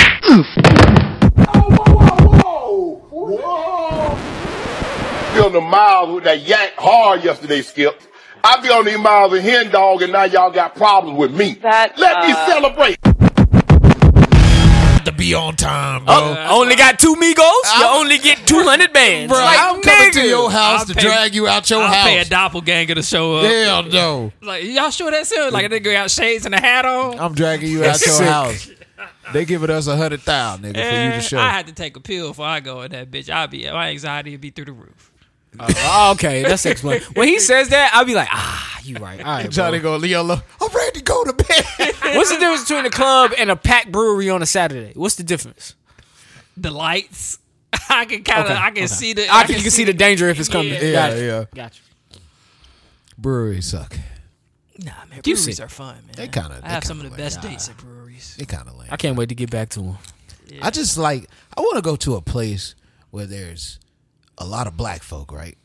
move! Whoa, whoa, whoa! Whoa! Be on the miles with that yank hard yesterday, Skip. I be on these miles of hen dog, and now y'all got problems with me. That, Let me uh, celebrate. to be on time, bro. Oh, only got two Migos. You only get two hundred bands. Uh, Bro, Like, I'm coming to nigga. your house I'll to pay- drag you out your I'll house. pay a doppelganger to show up. Hell no. Like, y'all sure that's it? Like, a nigga got shades and a hat on? I'm dragging you out your house. They giving us a hundred thousand, nigga, for you Eh, to show. I had to take a pill before I go in that bitch. I'll be, my anxiety would be through the roof. Oh, okay, that's explained. when he says that, I'll be like, ah, you right. All right, bro. Johnny go, Leola, I'm ready to go to bed. What's the difference between a club and a packed brewery on a Saturday? What's the difference? The lights. I can kind of, Okay, I can see the, I can, you can see the danger if it's coming. Yeah. yeah, Got you. yeah. Got you. Breweries suck. Nah, man, You breweries see. are fun, man. They kinda- I they have some of the kinda best dates at breweries. It kind of lame. I can't wait to get back to him. I just like I want to go to a place where there's a lot of black folk, right?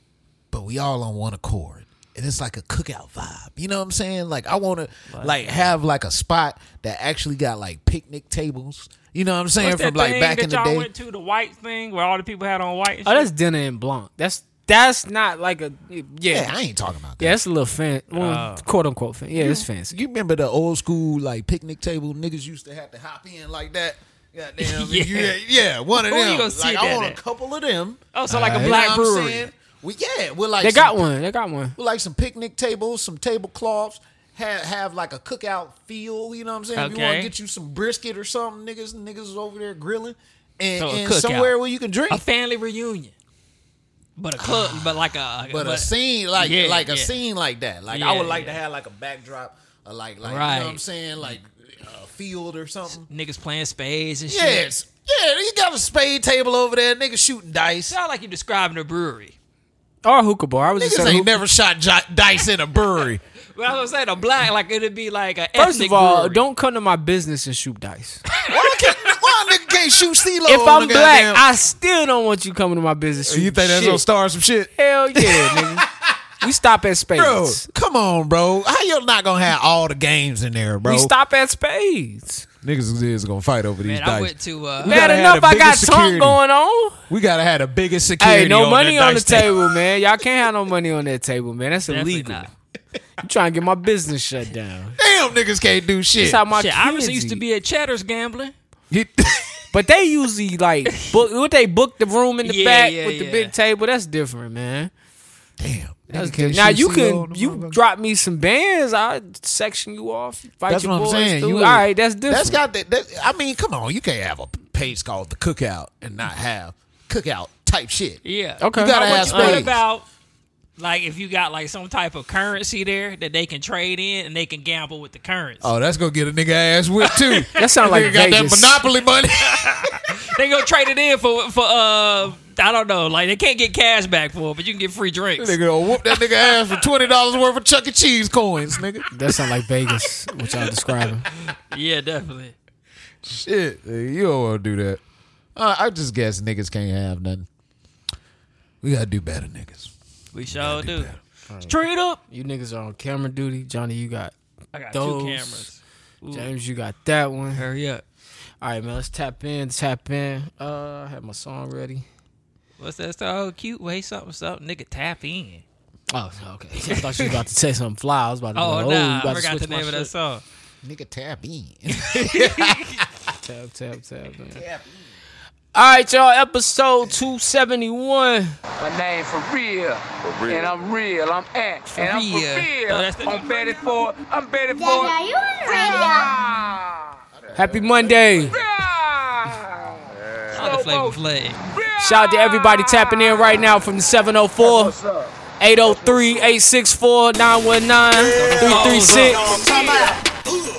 But we all on one accord. And it's like a cookout vibe. You know what I'm saying? Like I want to like have like a spot that actually got like picnic tables. You know what I'm saying? What's From that like thing back that in the y'all day. went to the white thing where all the people had on white. And Oh, shit? that's dinner and blanc. That's that's not like a yeah. yeah, Yeah, I ain't talking about that. that's a little fan, Oh. well, quote unquote fan. Yeah, it's fancy. You remember the old school like picnic table niggas used to have to hop in like that. Goddamn, Yeah. yeah, yeah, one of Who you them. gonna like see I that want a at? couple of them. Oh, so like a You know black what I'm brewery. saying? Well, yeah, we're like They some- got one. They got one. with like some picnic tables, some tablecloths, have have like a cookout feel, you know what I'm saying? If you want to Okay. get you some brisket or something, niggas niggas is over there grilling. And, So a and cookout. somewhere where you can drink. a family reunion, but a club, but like a but, a scene like Yeah, like a yeah. scene like that. Like I Yeah, would like yeah. to have like a backdrop of like like you know what I'm Right. saying? Like a field or something. niggas playing spades and shit. Yes. Yeah, you got a spade table over there, niggas shooting dice. Sound like you describing a brewery. Or a hookah bar. I was just Niggas at a ain't hookah- never shot jo- dice in a brewery. Well, I was saying a black, like it'd be like a First ethnic of all, brewery. don't come to my business and shoot dice. why, can't, why a nigga can't shoot CeeLo? Oh, if on I'm the black, goddamn- I still don't want you coming to my business. Shooting shit. star some shit? Hell yeah, nigga. We stop at spades. Bro, come on, bro. How you not gonna have all the games in there, bro? We stop at spades. Niggas is gonna fight over these Man, I went to uh, Bad gotta have enough, the I got biggest something security. going on. We gotta have the biggest security. Hey, no money that on the dice table. table, man. Y'all can't have no money on that table, man. That's Definitely illegal. not. You trying to get my business shut down? Damn, niggas can't do shit. That's how my shit. kids I was used to eat. be at Cheddar's gambling. Get- but they usually like book. What they book the room in the Yeah, back yeah, with the yeah. big table. That's different, man. Damn. That's nigga can't different. Now shoot you CeeLo on can the you motherfucker. drop me some bands. I section you off. Fight That's your what I'm boys saying. through. You all would- right, that's different. That's got that, that. I mean, come on. You can't have a page called the cookout and not have cookout type shit. Yeah. Okay. You gotta Now, What have you think space. about like if you got like some type of currency there that they can trade in and they can gamble with the currency? Oh, that's gonna get a nigga ass whipped too. That sound like nigga got that Vegas. monopoly money. They gonna trade it in for for uh I don't know like they can't get cash back for it, but you can get free drinks. nigga gonna whoop that nigga ass for twenty dollars worth of Chuck E. Cheese coins, nigga. That sound like Vegas, which y'all describing. Yeah, definitely. Shit, nigga, you don't want to do that. Uh, I just guess niggas can't have nothing. We gotta do better, niggas. We sure do. Straight up. You niggas are on camera duty. Johnny, you got I got Those- two cameras. Ooh. James, you got that one. Hurry up. All right, man, let's tap in, tap in. Uh, I had my song ready. What's that so cute way something something nigga tap in. Oh, okay. I thought you was about to say something fly. I was about to. Oh, go, no, you nah, about I to forgot switch the my name of that shit. song. Nigga tap in. Tap, tap, tap. man. All right, y'all. Episode two seventy one. My name for real. And I'm real. I'm at. and I'm real. Oh, that's for the- real. I'm Betty Ford. I'm Betty Ford. Dad, are you on the radio? Ah. Happy Monday. Ah. Oh, the flavor flag. Shout out to everybody tapping in right now from oh the 704 803 864 919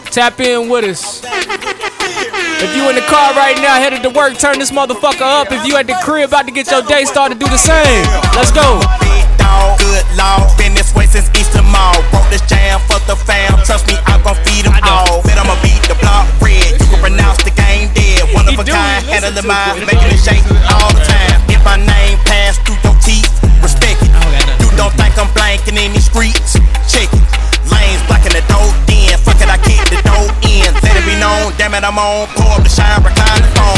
336. Tap in with us. If you in the car right now, headed to work, turn this motherfucker up. If you at the crib, about to get your day started, do the same. Let's go. Big dog, good law. Been this way since Easter Mall. Broke this jam for the fam. Trust me, I'm gon' feed 'em all. Bet I'ma beat the block red. You can pronounce the game dead. One of a kind, handling mine, making it shake all the time. If my name pass through your teeth, respect it. don't got nothing. You don't think I'm blanking in these streets? Check it. Lanes blocking the door in. Fuck it, I kick the door in. Let it be known, damn it, I'm on. Pull up the shine, recline the phone.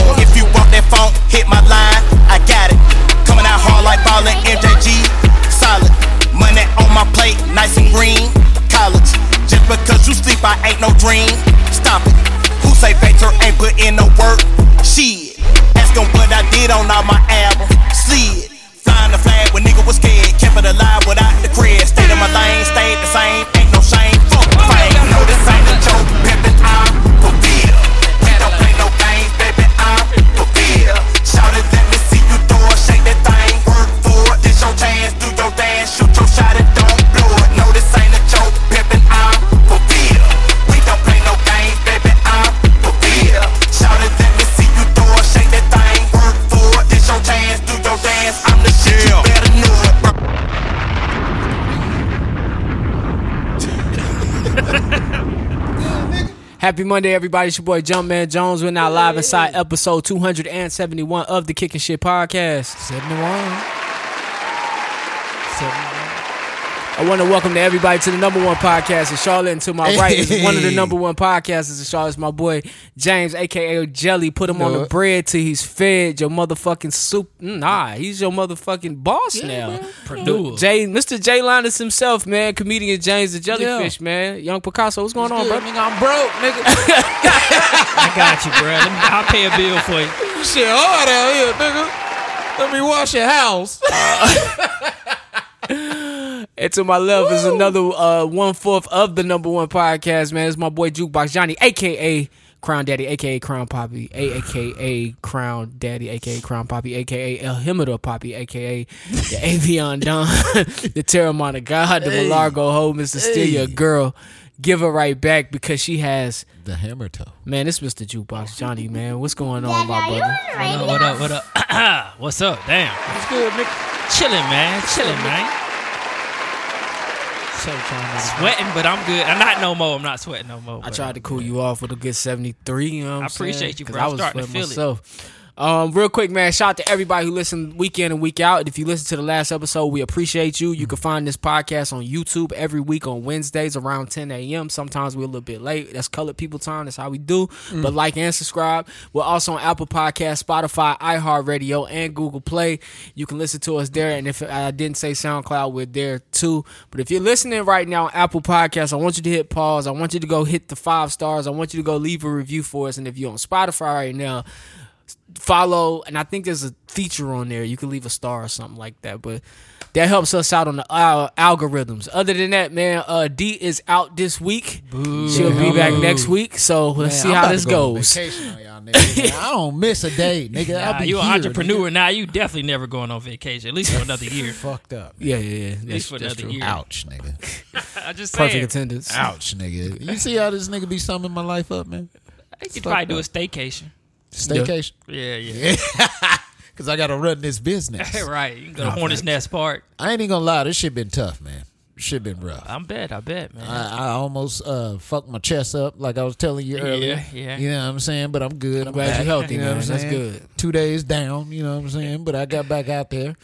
work. Shit. Ask them what I did on all my albums. Slid. Flying the flag when nigga was scared. Kept it alive without the crib. Stayed in my lane, stayed the same. Ain't no shame. Fuck fame. No, this ain't a joke. Pimpin', I'm for real. We don't play no games, baby. I'm for real. Shout it, let me see you do it. Shake that thing. Work for it. This your chance. Do your dance. Shoot your shot and don't blow it. No, this ain't a joke. Pimpin', I'm for real. We don't play no games, baby. I'm for real. Shout it, let me see you do it. Shake that thing. Work for it. This your chance. Do your dance. I'm the shit. You better know it. Happy Monday, everybody. It's your boy Jumpman Jones. We're now live inside episode 271 of the Kicking Shit Podcast. 71. 71. I want to welcome to everybody to the number one podcast in Charlotte. And to my right is one of the Hey. number one podcasters in Charlotte. It's my boy James, aka Jelly. Put him on Know the it. bread till he's fed. Your motherfucking soup. Mm, Nah, he's your motherfucking boss now. Purdue. Jay, Mr. Jay Linus himself, man. Comedian James the Jellyfish, man. Young Picasso, what's going on, bro? Nigga, I'm broke, nigga. I got you, bro. Let me, I'll pay a bill for you. Shit hard out here, nigga. Let me wash your house. Uh, And to my left is another uh, one fourth of the number one podcast, man. It's my boy Jukebox Johnny, aka Crown Daddy, aka Crown Poppy, aka Crown Daddy, aka Crown Poppy, aka El Himador Poppy, aka the Avion Don, the Terramon of God, the Malargo Ho, Mr. Steal Your Girl. Give her right back because she has The hammer toe. man. It's Mr. Jukebox Johnny, man. What's going on, Daddy, my are you on the brother? What radio? up, what up, what up? What's up? Damn. What's good, nigga? Chilling, man. Chilling, man. So trying to- Sweating, but I'm good. I'm not no more. I'm not sweating no more. I but- tried to cool you off with a good 73. You know what I'm I appreciate saying? you, 'Cause bro. I I'm was starting to feeling feel myself. Um, real quick, man, shout out to everybody who listened week in and week out. If you listen to the last episode, we appreciate you. You can find this podcast on YouTube every week on Wednesdays around 10 a.m. Sometimes we're a little bit late. That's colored people time. That's how we do. But like and subscribe. We're also on Apple Podcasts, Spotify, iHeartRadio, and Google Play. You can listen to us there. And if I didn't say SoundCloud, we're there too. But if you're listening right now on Apple Podcasts, I want you to hit pause. I want you to go hit the five stars. I want you to go leave a review for us. And if you're on Spotify right now, follow and I think there's a feature on there you can leave a star or something like that but that helps us out on the uh, algorithms other than that man uh, D is out this week she'll be back next week so let's see how this goes I don't miss a day, nigga. Nah, I'll be you here, an entrepreneur nigga. now. You definitely never going on vacation, at least for another year. Fucked up. yeah yeah yeah least that's, for that's another true year. Ouch, nigga. I just perfect saying, attendance Ouch, nigga. You see how this nigga be summing my life up, man? I could probably do a staycation. Staycation. Yeah, yeah. Cause I gotta run this business. right. You can go to Hornets Nest Park. I ain't even gonna lie, this shit been tough, man. This shit been rough. I bet. I bet, man. I, I almost uh, fucked my chest up, like I was telling you earlier. yeah. You know what I'm saying? But I'm good. I'm, glad back, you're healthy, you know man. what I'm That's saying? good. Two days down, you know what I'm saying? But I got back out there.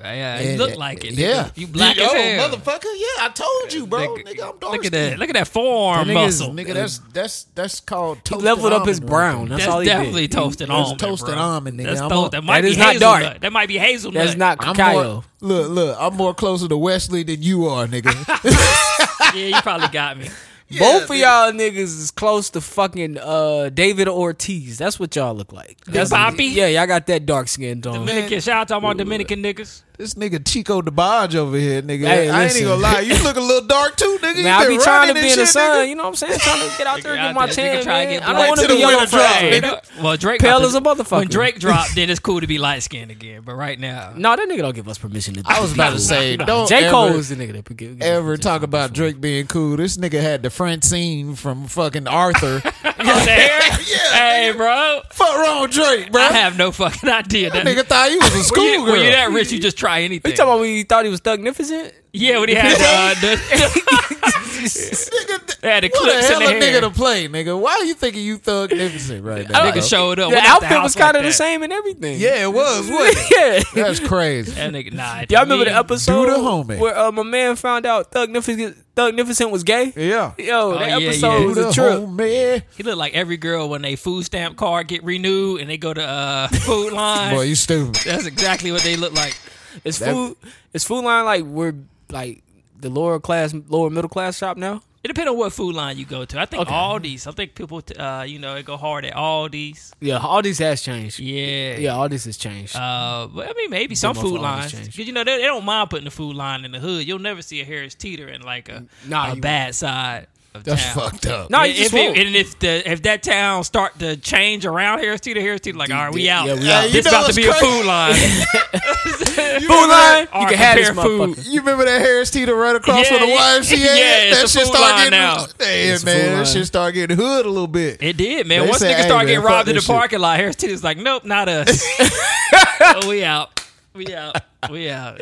yeah, you And- look like it. nigga. Yeah. You black Yo, as hell. motherfucker. Yeah, I told you, bro. Nigga, I'm dark Look at that. Look at that forearm Nigga, muscle. nigga, that's that's that's called he toasted leveled up his almond right brown there. that's, That's, all he definitely did toasted That's almond. toasted bro. almond, nigga. That's I'm toast- a- that might that be is not hazelnut. dark. That might be hazelnut. that's not I'm cacao more, look, look, I'm more closer to Wesley than you are, nigga. yeah, you probably got me. both of y'all niggas is close to fucking uh, David Ortiz that's what y'all look like that's Poppy? yeah y'all got that dark skin tone Dominican. Shout out to all my Dominican niggas. this nigga Chico DeBarge over here, nigga. Hey, I ain't listen. even gonna lie, you look a little dark too, nigga. Man, you I been be trying to running and be in the shit, sun. nigga. You know what I'm saying? Trying to get out there Nigga, and out get my there, tan, nigga, try to man. get I don't black. want To to the be young winter drop, forever. nigga. Well, Drake Pale dropped as a it- When motherfucker. Drake dropped, then it's cool to be light skinned again. But right now, No, that nigga don't give us permission to. Do I was about to say, don't J Cole ever, is the nigga that give, give ever us talk about Drake being cool. This nigga had the Francine from fucking Arthur. Is that hair? hey, bro. Fuck wrong, Drake, bro. I have no fucking idea. That nigga thought you was a when, you, schoolgirl. when you're that rich, you just try anything. You talking about when you thought he was thugnificent? yeah, when he had uh, the, nigga, they had the what a clips in hell the of a nigga hair. to play, nigga. Why are you thinking you thug magnificent right now? bro? nigga showed up. The What if outfit house was like kind of the that? same and everything. Yeah, it was. What? yeah. That's crazy. That nigga, nah. Y'all remember me- the episode Do the homie. where uh, my man found out Thugnificent, Thugnificent was gay? Yeah. Yo, that yeah, episode yeah. was a The trip. homie. He looked like every girl when they food stamp card get renewed and they go to uh, food line. Boy, you stupid. That's exactly what they look like. Is food is food line like we're like the lower class, lower middle class shop now? It depends on what food line you go to. I think all these. I think people, t- uh, you know, they go hard at all these. Yeah, all these has changed. Yeah. Yeah, all this has changed. Uh, but I mean, maybe some my food phone has lines, changed. 'Cause, you know they, they don't mind putting the food line in the hood. You'll never see a Harris Teeter in like a Nah, you a won't. bad side of That's town. fucked up. No, Yeah, you if just it- won't. and if the if that town start to change around Harris Teeter, Harris Teeter, like all right, we yeah, out. yeah, we out. This You know about to what's be a crazy? food line. food line, you Alright, can have this prepare food. motherfucker. You remember that Harris Teeter run across with Yeah, the yeah. YMCA? Yeah, it's that a shit food started line getting now. Yeah, It's a food man, line. that shit started getting hood a little bit. It did, man. They Once said, niggas "Hey, start man, getting fuck robbed in the this shit." parking lot, Harris Teeter's like, nope, not us. so we out. We out. We out.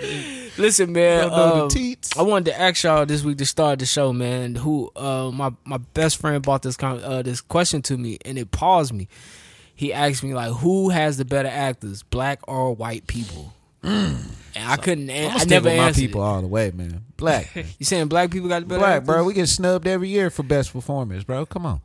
Listen, man. Don't know the um, teats. I wanted to ask y'all this week to start the show, man. Who uh, my my best friend brought this con- uh, this question to me, and it paused me. He asked me like, "Who has the better actors, black or white people?" And I couldn't. An- I'm I sticking never with my answered. people all the way, man. Black, man. You saying black people got the better? black, actors? bro. We get snubbed every year for best performance, bro. Come on.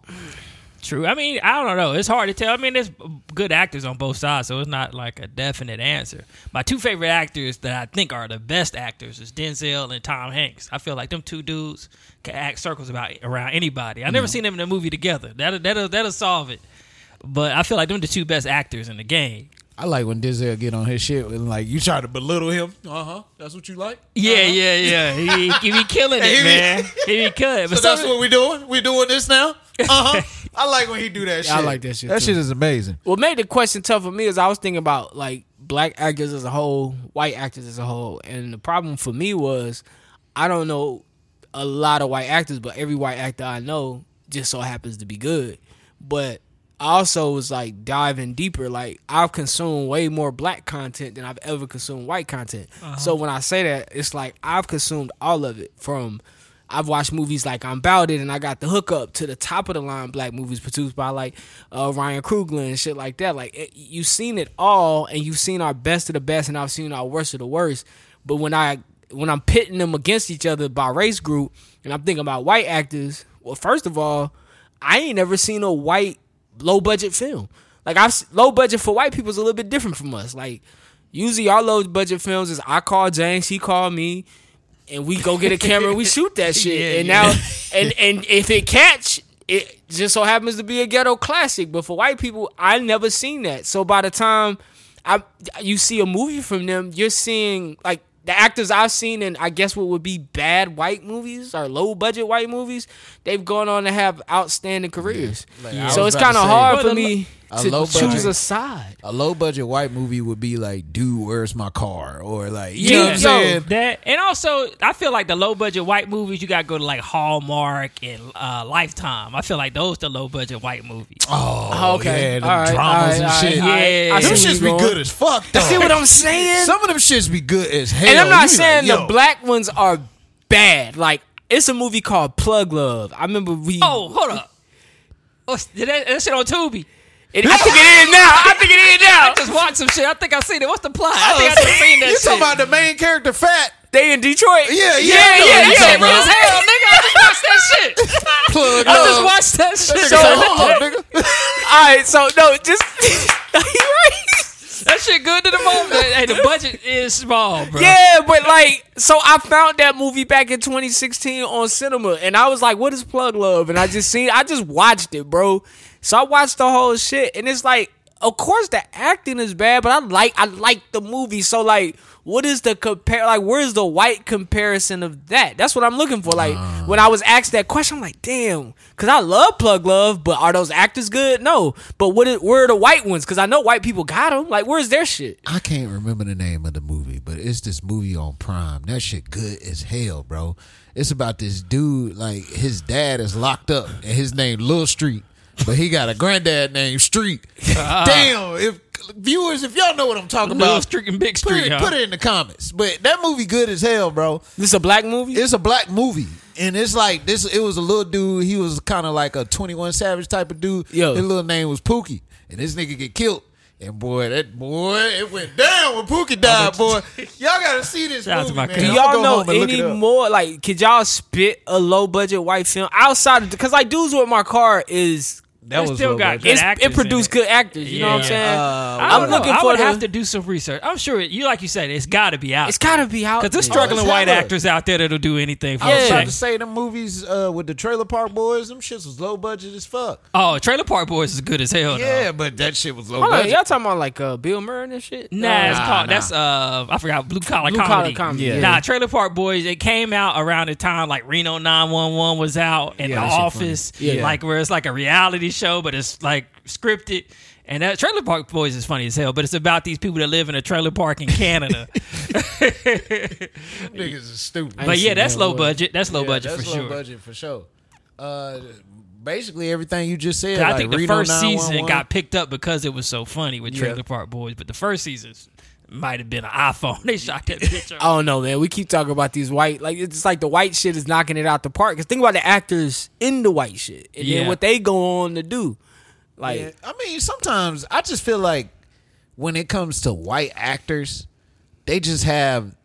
True. I mean, I don't know. It's hard to tell. I mean, there's good actors on both sides, so it's not like a definite answer. My two favorite actors that I think are the best actors is Denzel and Tom Hanks. I feel like them two dudes can act circles about around anybody. I never Mm-hmm. seen them in a movie together. That'll that'll that'll solve it. But I feel like them the two best actors in the game. I like when Denzel get on his shit and like you try to belittle him. Uh huh. That's what you like. Yeah, yeah, yeah. He, Uh-huh. he be killing He it, be- man. He be killing. it. But So that's some- what we doing. We doing this now. Uh huh. I like when he do that shit. I like that shit, That too. shit is amazing. What made the question tough for me is I was thinking about like black actors as a whole, white actors as a whole, and the problem for me was I don't know a lot of white actors, but every white actor I know just so happens to be good. But I also was like diving deeper. Like I've consumed way more black content than I've ever consumed white content. So when I say that, it's like I've consumed all of it from I've watched movies like I'm About It and I got the hookup to the top of the line black movies produced by like uh, Ryan Krugler and shit like that. Like it, you've seen it all and you've seen our best of the best and I've seen our worst of the worst. But when I when I'm pitting them against each other by race group and I'm thinking about white actors, well, first of all, I ain't never seen a white low budget film. Like I've s- low budget for white people is a little bit different from us. Like usually our low budget films is I call James, he called me and we go get a camera and we shoot that shit. Yeah, and yeah. now and and if it catch, it just so happens to be a ghetto classic. But for white people, I never seen that. So by the time I you see a movie from them, you're seeing like the actors I've seen in I guess what would be bad white movies or low budget white movies, they've gone on to have outstanding careers. I So was it's about kind of to say- hard Well, for the- me a to low choose budget- a side. A low budget white movie would be like, dude, where's my car? Or like, you Yeah. know what I'm Yo, saying? That and also, I feel like the low budget white movies you gotta go to like Hallmark and uh, Lifetime. I feel like those the low budget white movies. Oh, Okay. yeah, them all right, all dramas right, all and right, shit. all right. Yeah. I see Them where shits you be going. good as fuck, though. See what I'm saying? Some of them shits be good as hell. and I'm You not be saying like, the yo. black ones are bad. Like it's a movie called Plug Love. I remember we. Oh, hold up. Oh, did that, that shit on Tubi. It- I think it is now. I think Oh, it is I now. just watched some shit. I think I seen it. What's the plot? I think I just seen that You shit. talking about the main character fat? They in Detroit. Yeah, yeah, I know yeah, yeah. what you yeah, Shit, talking bro. real as hell, nigga. I just watched that shit. Plug I just Uh, love. watched that shit. Nigga, say, hold up, nigga. All right, so no, just you right. that shit good to the moment. hey, the budget is small, bro. Yeah, but like, so I found that movie back in 2016 on cinema, and I was like, "What is Plug Love?" And I just seen, I just watched it, bro. So I watched the whole shit, and it's like, of course the acting is bad, but I like, I like the movie. So like, what is the compare? Like, where's the white comparison of that? That's what I'm looking for. Like, when I was asked that question, I'm like, damn, because I love Plug Love, but are those actors good? No, but what is, where are the white ones? Because I know white people got them. Like, where's their shit? I can't remember the name of the movie, but it's this movie on Prime. That shit good as hell, bro. It's about this dude, like his dad is locked up, and his name Lil Street, but he got a granddad named Street. Ah. Damn, if viewers, if y'all know what I'm talking Little about, Street and Big put Street. it, huh? put it in the comments. But that movie good as hell, bro. This is a black movie. It's a black movie. And it's like this. It was a little dude. He was kind of like a Twenty One Savage type of dude. Yo. His little name was Pookie, and this nigga get killed. And boy, that boy, it went down when Pookie died. Boy, y'all gotta see this Shout out to movie, my man. cousin. Do I'ma y'all go know home and look it any up. more? Like, could y'all spit a low budget white film outside of because like dudes with my car is That It was still what got was- good It's, actors it in produced it. good actors. You know what I'm Yeah. saying? Uh, I I'm don't know. looking I for would the. have to do some research. I'm sure it, you, like you said, it's got to be out. it's gotta be out. because there's there. struggling it's white hella- actors out there that'll do anything for I was Yeah. a about to check. say the movies uh, with the Trailer Park Boys. Them shits was low budget as fuck. Oh, Trailer Park Boys is good as hell. though. Yeah, but that shit was low Hold on, budget. y'all talking about like uh, Bill Murray and shit? Nah, it's called that's uh I forgot blue collar Blue comedy. Collar Comedy, Yeah. yeah. Nah, Trailer Park Boys. It came out around the time like Reno 911 was out and Yeah, The that shit Office, funny. Yeah. like where it's like a reality show, but it's like scripted. And that Trailer Park Boys is funny as hell, but it's about these people that live in a trailer park in Canada. niggas is stupid. but yeah, that's low boy. budget. That's low Yeah, budget that's for low sure. budget for sure. Uh, basically everything you just said. I like think the Reno first season 911. got picked up because it was so funny with Yeah. Trailer Park Boys, but the first season might have been an iPhone. They shot that picture. I don't know, Oh, man. We keep talking about these white, like it's just like the white shit is knocking it out the park. Cause think about the actors in the white shit and Yeah. then what they go on to do. Like, Yeah, I mean, sometimes I just feel like when it comes to white actors, they just have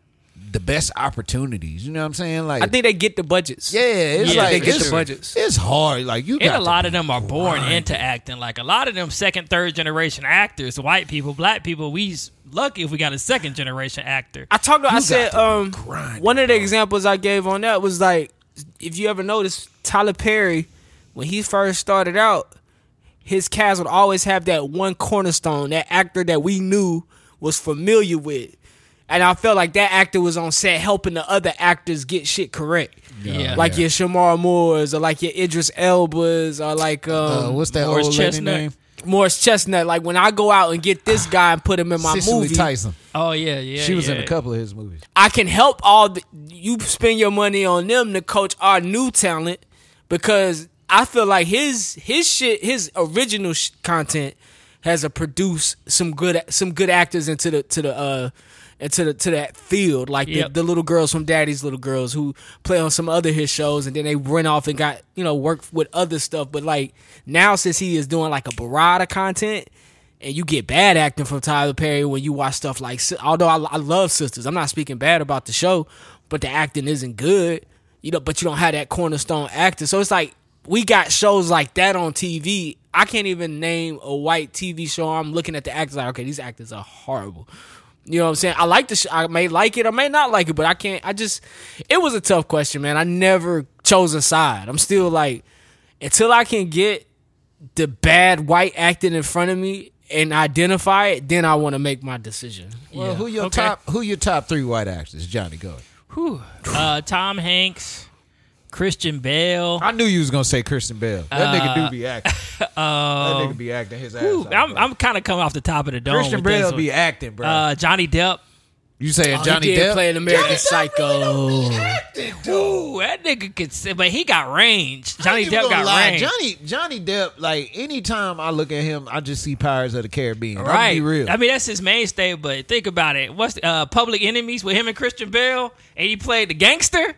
the best opportunities. You know what I'm saying? Like, I think they get the budgets. yeah, it's Yeah, like they get it's, the budgets. It's hard. Like you, And got a lot to, of them are born into acting. Like a lot of them second, third generation actors, white people, black people. We s- lucky if we got a second generation actor. I talked. About, I said to um, grind, one of the examples I gave on that was like, if you ever noticed Tyler Perry, when he first started out, his cast would always have that one cornerstone, that actor that we knew was familiar with, and I felt like that actor was on set helping the other actors get shit correct. Yeah. Like your Shamar Moores or like your Idris Elbas or like Uh, um, what's that Morris old lady Chestnut. name? Morris Chestnut. Like when I go out and get this guy and put him in my Cicely movie, Tyson. Oh yeah, yeah. She was in yeah. a couple of his movies. I can help all the you spend your money on them to coach our new talent because I feel like his his shit his original sh- content has a produced some good some good actors into the to the uh into the to that field like Yep. the, the little girls from Daddy's Little Girls who play on some other his shows and then they went off and got you know work with other stuff but like now since he is doing like a barrada content and you get bad acting from Tyler Perry when you watch stuff like. Si- Although I, I love Sisters, I'm not speaking bad about the show, but the acting isn't good. You know, but you don't have that cornerstone actor, so it's like we got shows like that on TV. I can't even name a white TV show. I'm looking at the actors like, okay, these actors are horrible. You know what I'm saying? I like the. Sh- I may like it. I may not like it. But I can't. I just. It was a tough question, man. I never chose a side. I'm still like, until I can get the bad white acting in front of me and identify it, then I want to make my decision. Well, Yeah. who your Okay. top? Who your top three white actors? Johnny, go. ahead. Whew. Uh, Tom Hanks, Christian Bale. I knew you was gonna say Kristen Bell. That nigga do be acting. that nigga be acting his ass Uh, um, Whew, off. I'm, bro. I'm kind of coming off the top of the dome. Christian with this Bell one. be acting, bro. uh, oh, Johnny Depp. you saying Johnny he did Depp? play an American Psycho. Ooh, that nigga could, say, but he got range. Johnny I ain't even Depp gonna got lie. range. Johnny Johnny Depp, like anytime I look at him, I just see Pirates of the Caribbean. Right. Right. Be real. I mean, that's his mainstay, but think about it. What's uh, Public Enemies with him and Christian Bale, and he played the gangster?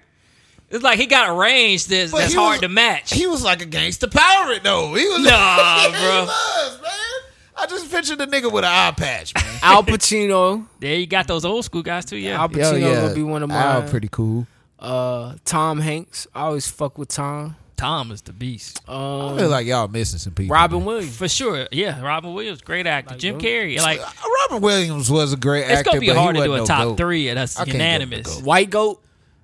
It's like he got a range that's, But that's he hard was- to match. he was like a gangster pirate though. He was Nah, he bro. was, man. I just pictured the nigga with an eye patch, man. Al Pacino. there you got those old school guys, too, yeah. Al Pacino would be one of my. pretty cool. uh, Tom Hanks. I always fuck with Tom. Tom is the beast. Um, I feel like y'all missing some people. Robin Williams. Uh, For sure. Yeah, Robin Williams, great actor. Jim Carrey, like, Robert Williams was a great it's actor. going to be but he hard to wasn't do a no top GOAT. three, and that's I can't give him a unanimous. goat. White Goat.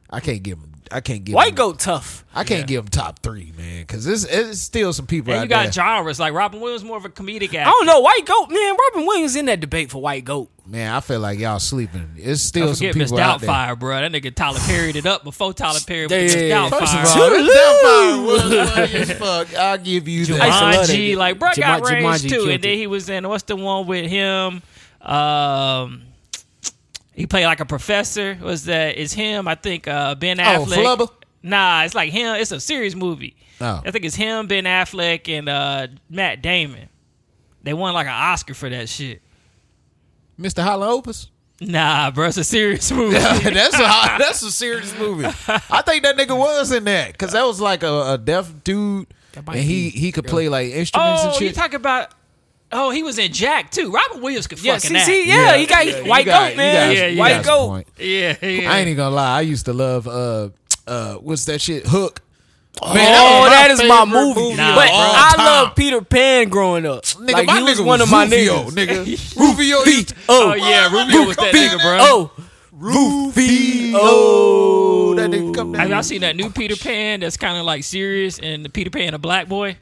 I can't give him. I can't give White him, Goat tough. I can't give him top three, man, because it's, it's still some people And out you got there. genres. Like, Robin Williams more of a comedic actor. I don't know. White Goat, man. Robin Williams in that debate for White Goat. man, I feel like y'all sleeping. It's still Don't some forget Miss people out there. Doubtfire, bro. That nigga Tyler Perryed it up before Tyler Perry was Miss Yeah. Doubtfire. First of Fire. all, this Doubtfire Toodaloo! was funny as fuck. I'll give you I used to that. love that Jumanji, dude. like bro, got Juman- range Jumanji too. killed And then it. he was in what's the one with him? Um, he played like a professor. Was that? It's him? I think uh, Oh, Ben Affleck. Flubber? Nah, it's like him. It's a serious movie. Oh. I think it's him, Ben Affleck, and uh, Matt Damon. They won like an Oscar for that shit. Mr. Holland Opus. Nah, bro, it's a serious movie. that's a that's a serious movie. I think that nigga was in that because that was like a, a deaf dude, and he he could play like instruments oh, and you shit. talk about? Oh, he was in Jack too. Robin Williams could fucking Yeah, see, act. see, yeah, Yeah, he got yeah, you White got- Goat, you man. got- you White got some Goat. point. yeah, yeah. I ain't even gonna lie. I used to love uh uh what's that shit Hook. Man, oh, that is my favorite movie. movie Nah, but of all I time. love Peter Pan growing up. Nigga, like, my he was nigga one was of my Rufio, niggas. nigga. Rufio used to- Oh, Oh, yeah, Rubio was that nigga, bro. Oh, Rufio. That nigga come Have down. y'all seen that new Peter Pan that's kind of like serious and the Peter Pan a black boy?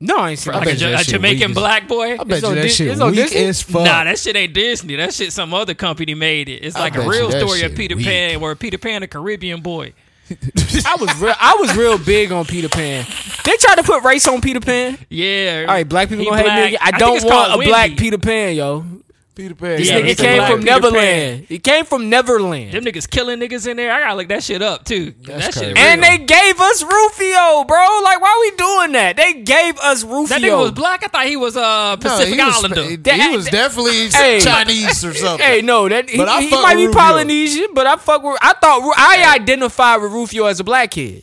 no, I ain't seen Like that. a, bet you Ja- that a shit weak Jamaican as- black boy? I bet It's on you that Dis- shit it's on weak Disney? as fuck. Nah, that shit ain't Disney. That shit some other company made it. It's like bet a you real that story of shit Peter weak. Pan where Peter Pan a Caribbean boy. I was real, I was real big on Peter Pan. They tried to put race on Peter Pan. Yeah. All right, black people He gonna hate black. nigga. I think don't it's want a called black Wendy. Peter Pan, yo. Peter Pan. This Yeah, nigga it's a came black from Peter Neverland. He came from Neverland. Them niggas killing niggas in there. I gotta look that shit up too. That's that shit crazy. real. And they gave us Rufio, bro. Like, why we doing that? They gave us Rufio. that nigga was black. I thought he was uh Pacific he was, Islander. He, That- was definitely Hey. Chinese or something. Hey, no, that he, But I he fuck might with be Rufio. Polynesian, but I fuck with. I thought Ru- I identified with Rufio as a black kid.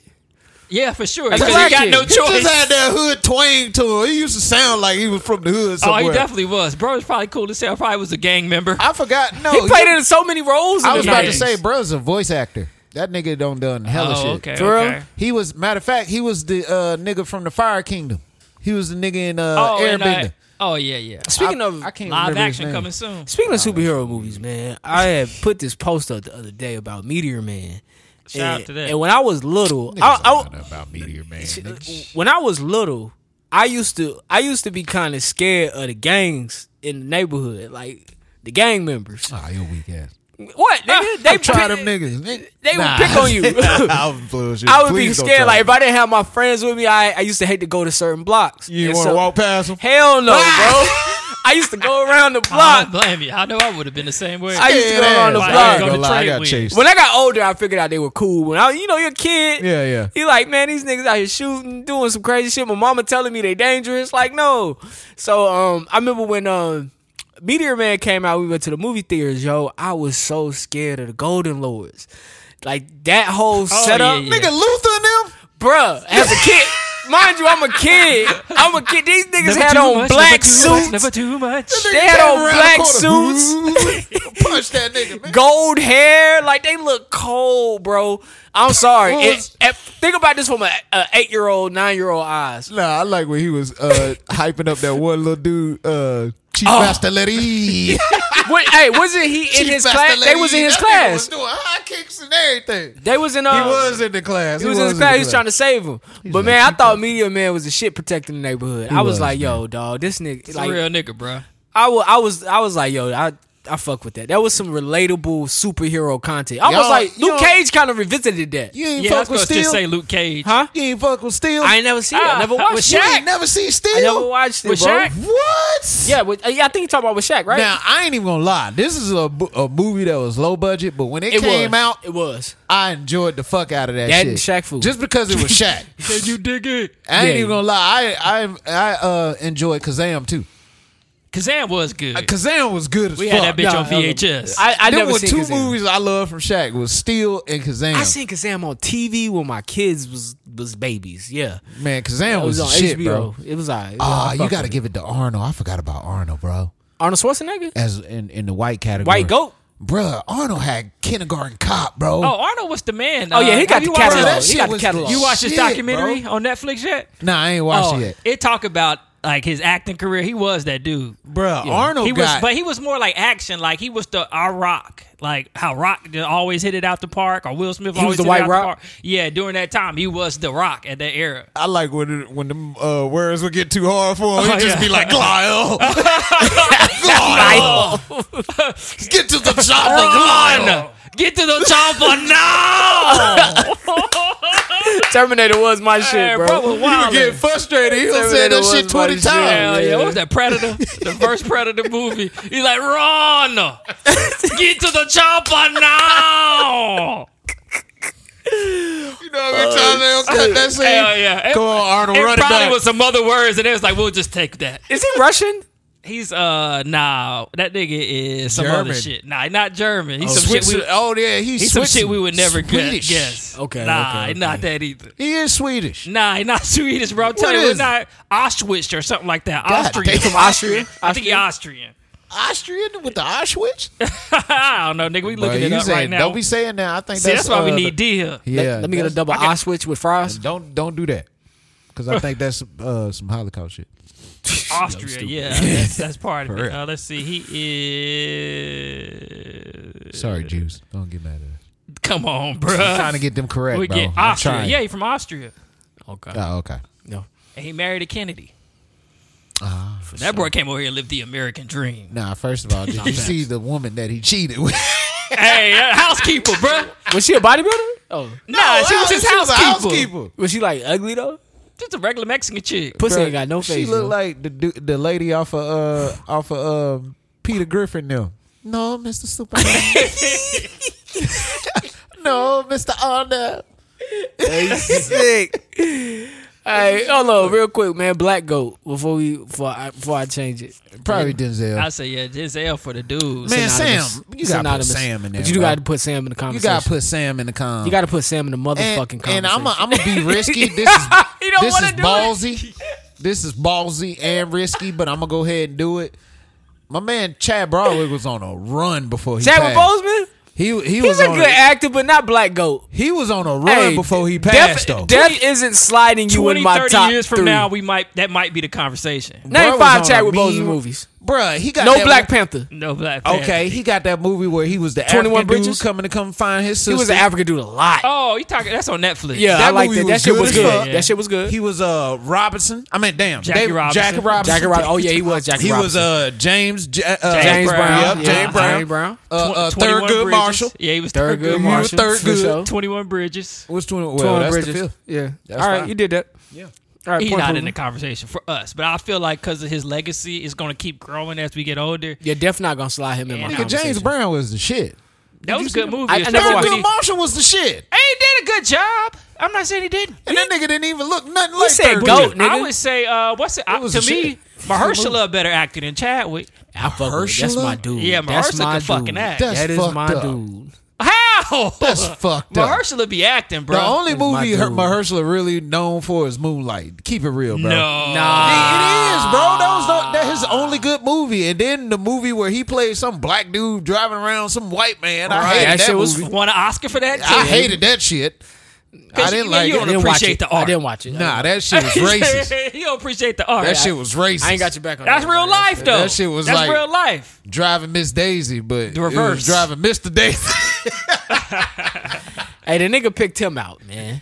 yeah, for sure. That's a Because black he got kid. no He He just choice. had that hood twang to him. He used to sound like he was from the hood Oh, somewhere. he definitely was. Bro, it's probably cool to say. I probably was a gang member. I forgot. No, He played in so many roles. in Oh, I was the about to 90s. say, bro's a voice actor. That nigga done done hella oh, shit. okay. For real? okay. He was matter of fact, he was the uh, nigga from the Fire Kingdom. He was the nigga in uh, Oh, and, Airbender. uh, oh yeah, yeah. Speaking of I can't Live remember his action name. coming soon. speaking of superhero movies, man, I had put this post up the other day about Meteor Man. Shout and, out to that. And when I was little, I, Niggas I- don't know about Meteor Man. nigga. when I was little, I used to I used to be kind of scared of the gangs in the neighborhood, like the gang members. Nah, you Ah, weak ass. What? Nigga, they Try them pick- niggas. nigga. They would Nah. pick on you. I'm full of shit. I would Please be don't scared. try Like them. if I didn't have my friends with me, I, I used to hate to go to certain blocks. you And want to so- walk past them. Hell no, bro. I used to go around the I block. don't blame you. I know I would have been the same way. I used to go around the Why I you ain't block. gonna to lie, I trade got with? chased. When I got older, I figured out they were cool. When I, you know, you're a kid. Yeah, yeah. You like, man, these niggas out here shooting, doing some crazy shit. My mama telling me they dangerous. Like, no. So, um, I remember when um, Meteor Man came out, we went to the movie theaters, yo. I was so scared of the Golden Lords. Like that whole setup, Oh, yeah, yeah. Nigga Luther and them. bruh. As a kid, mind you, I'm a kid. I'm a kid. These niggas Never had too on much, black never too much, suits. Never too much. They had Came on around the black corner. suits. Punch that nigga, man. gold hair. Like they look cold, bro. I'm sorry. Well, It- it's- it- think about this from an eight year old, nine year old eyes. Nah, I like when he was uh, hyping up that one little dude, uh, Chief Oh. Bastelletti. What, hey, wasn't he in Chief his class? They Bastelletti. was in his That nigga Was class. doing high kicks and everything. They was in. Uh, He was in the class. He was in his class. He was trying to save him. But like, man, I keep thought Media Man was the shit protecting the neighborhood. I was, was, like, yo, dog, this nigga. It's Like, a real nigga, bro. I was, I was, I was like, yo, I, I fuck with that. That was some relatable superhero content. Almost Y'all- like Luke y'all- Cage kind of revisited that. You ain't Yeah, I was fuck with gonna just Steel. say Luke Cage. Huh? you ain't fuck with Steel. I ain't never seen it. I Ah, never huh, watched with it. you Shaq. ain't never seen Steel. I never watched it, With bro. Shaq? What? Yeah, with, uh, yeah, I think you're talking about with Shaq, right? Now I ain't even gonna lie. This is a, bu- a movie that was low budget, but when it, it came was. out, It was. I enjoyed the fuck out of that, That shit. and Shaq food. Just because it was Shaq. Can you dig it? I ain't Yeah. even gonna lie. I I I uh, enjoyed Kazam too. Kazam was Uh, good. Uh, Kazam was good as we fuck. had that bitch Nah, on VHS. I, I there never were seen two Kazam. movies I love from Shaq was Steel and Kazam. I seen Kazam on TV when my kids was was babies. Yeah, Man, Kazam it was was, on the shit, HBO. bro. It was alright. Ah, I you fuck got to with give it to Arnold. I forgot about Arnold, bro. it. Arnold Schwarzenegger, As in in the white category, White Goat. Bruh, Arnold had kindergarten cop, bro. oh, Arnold was the man. Oh, yeah, he Uh, got have the you watched catalog. that that? he shit got the was- catalog. You watched his Shit, documentary on Netflix yet? Nah, I ain't watched Oh, it yet. It talk about like his acting career. He was that dude. Bruh, Arnold he was, got but he was more like action. Like he was the our Rock, like how Rock did- always hit it out the park, or Will Smith He was always the hit White it out Rock? the park. Yeah, during that time, he was the Rock at that era. I like when it- when them uh, words would get too hard for Oh, him. He'd just yeah. be like, Glyle. Oh. Glyle. get to the chopper, Glyle. Get to the chopper now! Terminator was my Hey, shit, bro, bro. was wild. Get frustrated. He'll say Terminator that shit was my 20 shit. times. Hell yeah. What was that Predator? the first Predator movie. He's like, run! Get to the chopper now! You know how many times they'll cut that scene? Hell yeah. It, Go on, Arnold, it run it probably back. was some other words, and it was like, we'll just take that. Is he Russian? He's uh nah, that nigga is some other German. shit. Nah, not German. He's some Swiss- shit we oh, yeah, he's, he's some shit we would never gu- Swedish. guess. Okay, nah, okay, he not that either. He is Swedish. Nah, he not Swedish, bro. I'm telling What you, is it's not Auschwitz or something like that. God Austrian. damn. Austrian. I think he Austrian. Austrian with the Auschwitz? I don't know, nigga. We looking Bruh, it you up saying- right now. Don't be saying that. I think See, that's, why we uh, need D here. Yeah, let, let me get a that's- double eye switch with fries. Don't don't do that because I think that's uh, some Holocaust shit. Austria, yeah, that's, that's part of it. Uh, let's see, he is. Sorry, Jews. Don't get mad at us. Come on, I'm trying to bruh. get them correct, We bro. get I'm Austria. trying. Yeah, he from Austria, Okay. Oh, okay. No. and he married a Kennedy. Ah, that boy came over here and lived the American dream. Nah, first of all, did you see the woman that he cheated with? hey, uh, housekeeper, bruh. Was she a bodybuilder? Oh. Nah, she was his housekeeper. Was she like ugly though? Just a regular Mexican chick. Pussy Bruh, ain't got no face. She looked yo. like the du- the lady off of uh off of um, Peter Griffin now. No, Mr. Superman. no, Mr. Honor. sick. Hey, hold on, real quick, man. Black goat. Before we, before I, before I change it, Probably Denzel. I say, yeah, Denzel for the dudes. Man, Synonymous. Sam, you It's gotta put synonymous. Sam in there, But you bro. got to put Sam in the you conversation. gotta put Sam in the con. You got to put Sam in the and, motherfucking conversation. and I'm a, I'm gonna be risky. This is He don't this wanna is do it. ballsy. This is ballsy and risky, but I'm gonna go ahead and do it. My man Chad Broadwick was on a run before he Chadwick passed. Boseman. He he He's was a on good actor, but not Black Goat. He was on a run Hey, before he death- passed though. Death isn't sliding you 20, in my 30 top years from three. now, we might that might be the conversation. Bruh Name was on five a Chadwick Boseman mean- movies. Bruh, he got No that Black one- Panther. No black. Panther. Okay, he got that movie where he was the 21 African dude Bridges? coming to come find his sister. He was an African dude a lot. Oh, you talking? That's on Netflix. yeah, that I like movie that. That was shit good was as good. fuck. That shit was good. He was uh Robinson. I mean, damn, Jackie Robinson. Jackie Robinson. Jackie Robinson. Oh yeah, he was Jackie He Robinson. was uh James J- uh, James Brown. Yep, Yeah, James Brown. James Brown. Uh, uh, Tw- third 21 good Bridges. Marshall. Yeah, he was Third third good good. You were Marshall. third for good. sure. Twenty one Bridges. What's twenty? Well, Torn that's Bridges. the fifth. Yeah. That's All right, fine. you did that. Yeah. All right. He's point not proven. in the conversation for us, but I feel like because of his legacy, it's going to keep growing as we get older. You're definitely not gonna slide him in my Yeah. Nigga, conversation. James Brown was the shit. That was a good movie. I- I especially never Third watched when good he- Marshall was the shit, Hey, he did a good job. I'm not saying he didn't. and that nigga didn't even look nothing like said third goat, good. nigga. I would say, uh, what's it? I- was to the me, shit. Mahershala a better actor than Chadwick. I fuck with it. That's Mahershala? my dude. Yeah, that's Mahershala my can fucking dude. act. That's That is fucked my up. dude. How? That's fucked up. Mahershala be acting, bro. The only That's my movie her, dude. Mahershala really known for is Moonlight. Keep it real, bro. no, It- Nah. it is, bro. That was the, that his only good movie, and then the movie where he played some black dude driving around some white man. I hated that that, shit was movie. won an Oscar for that. I too. hated that shit. I didn't you- like you it. don't I didn't watch appreciate it. the art. I didn't watch it. I Nah, that shit was racist. That you don't appreciate the art. shit was racist. I ain't got your back on That's that. real bro. life, though. that shit was That's like- real life. driving Miss Daisy, but it The was reverse. driving Mister Daisy. Hey, the nigga picked him out, man.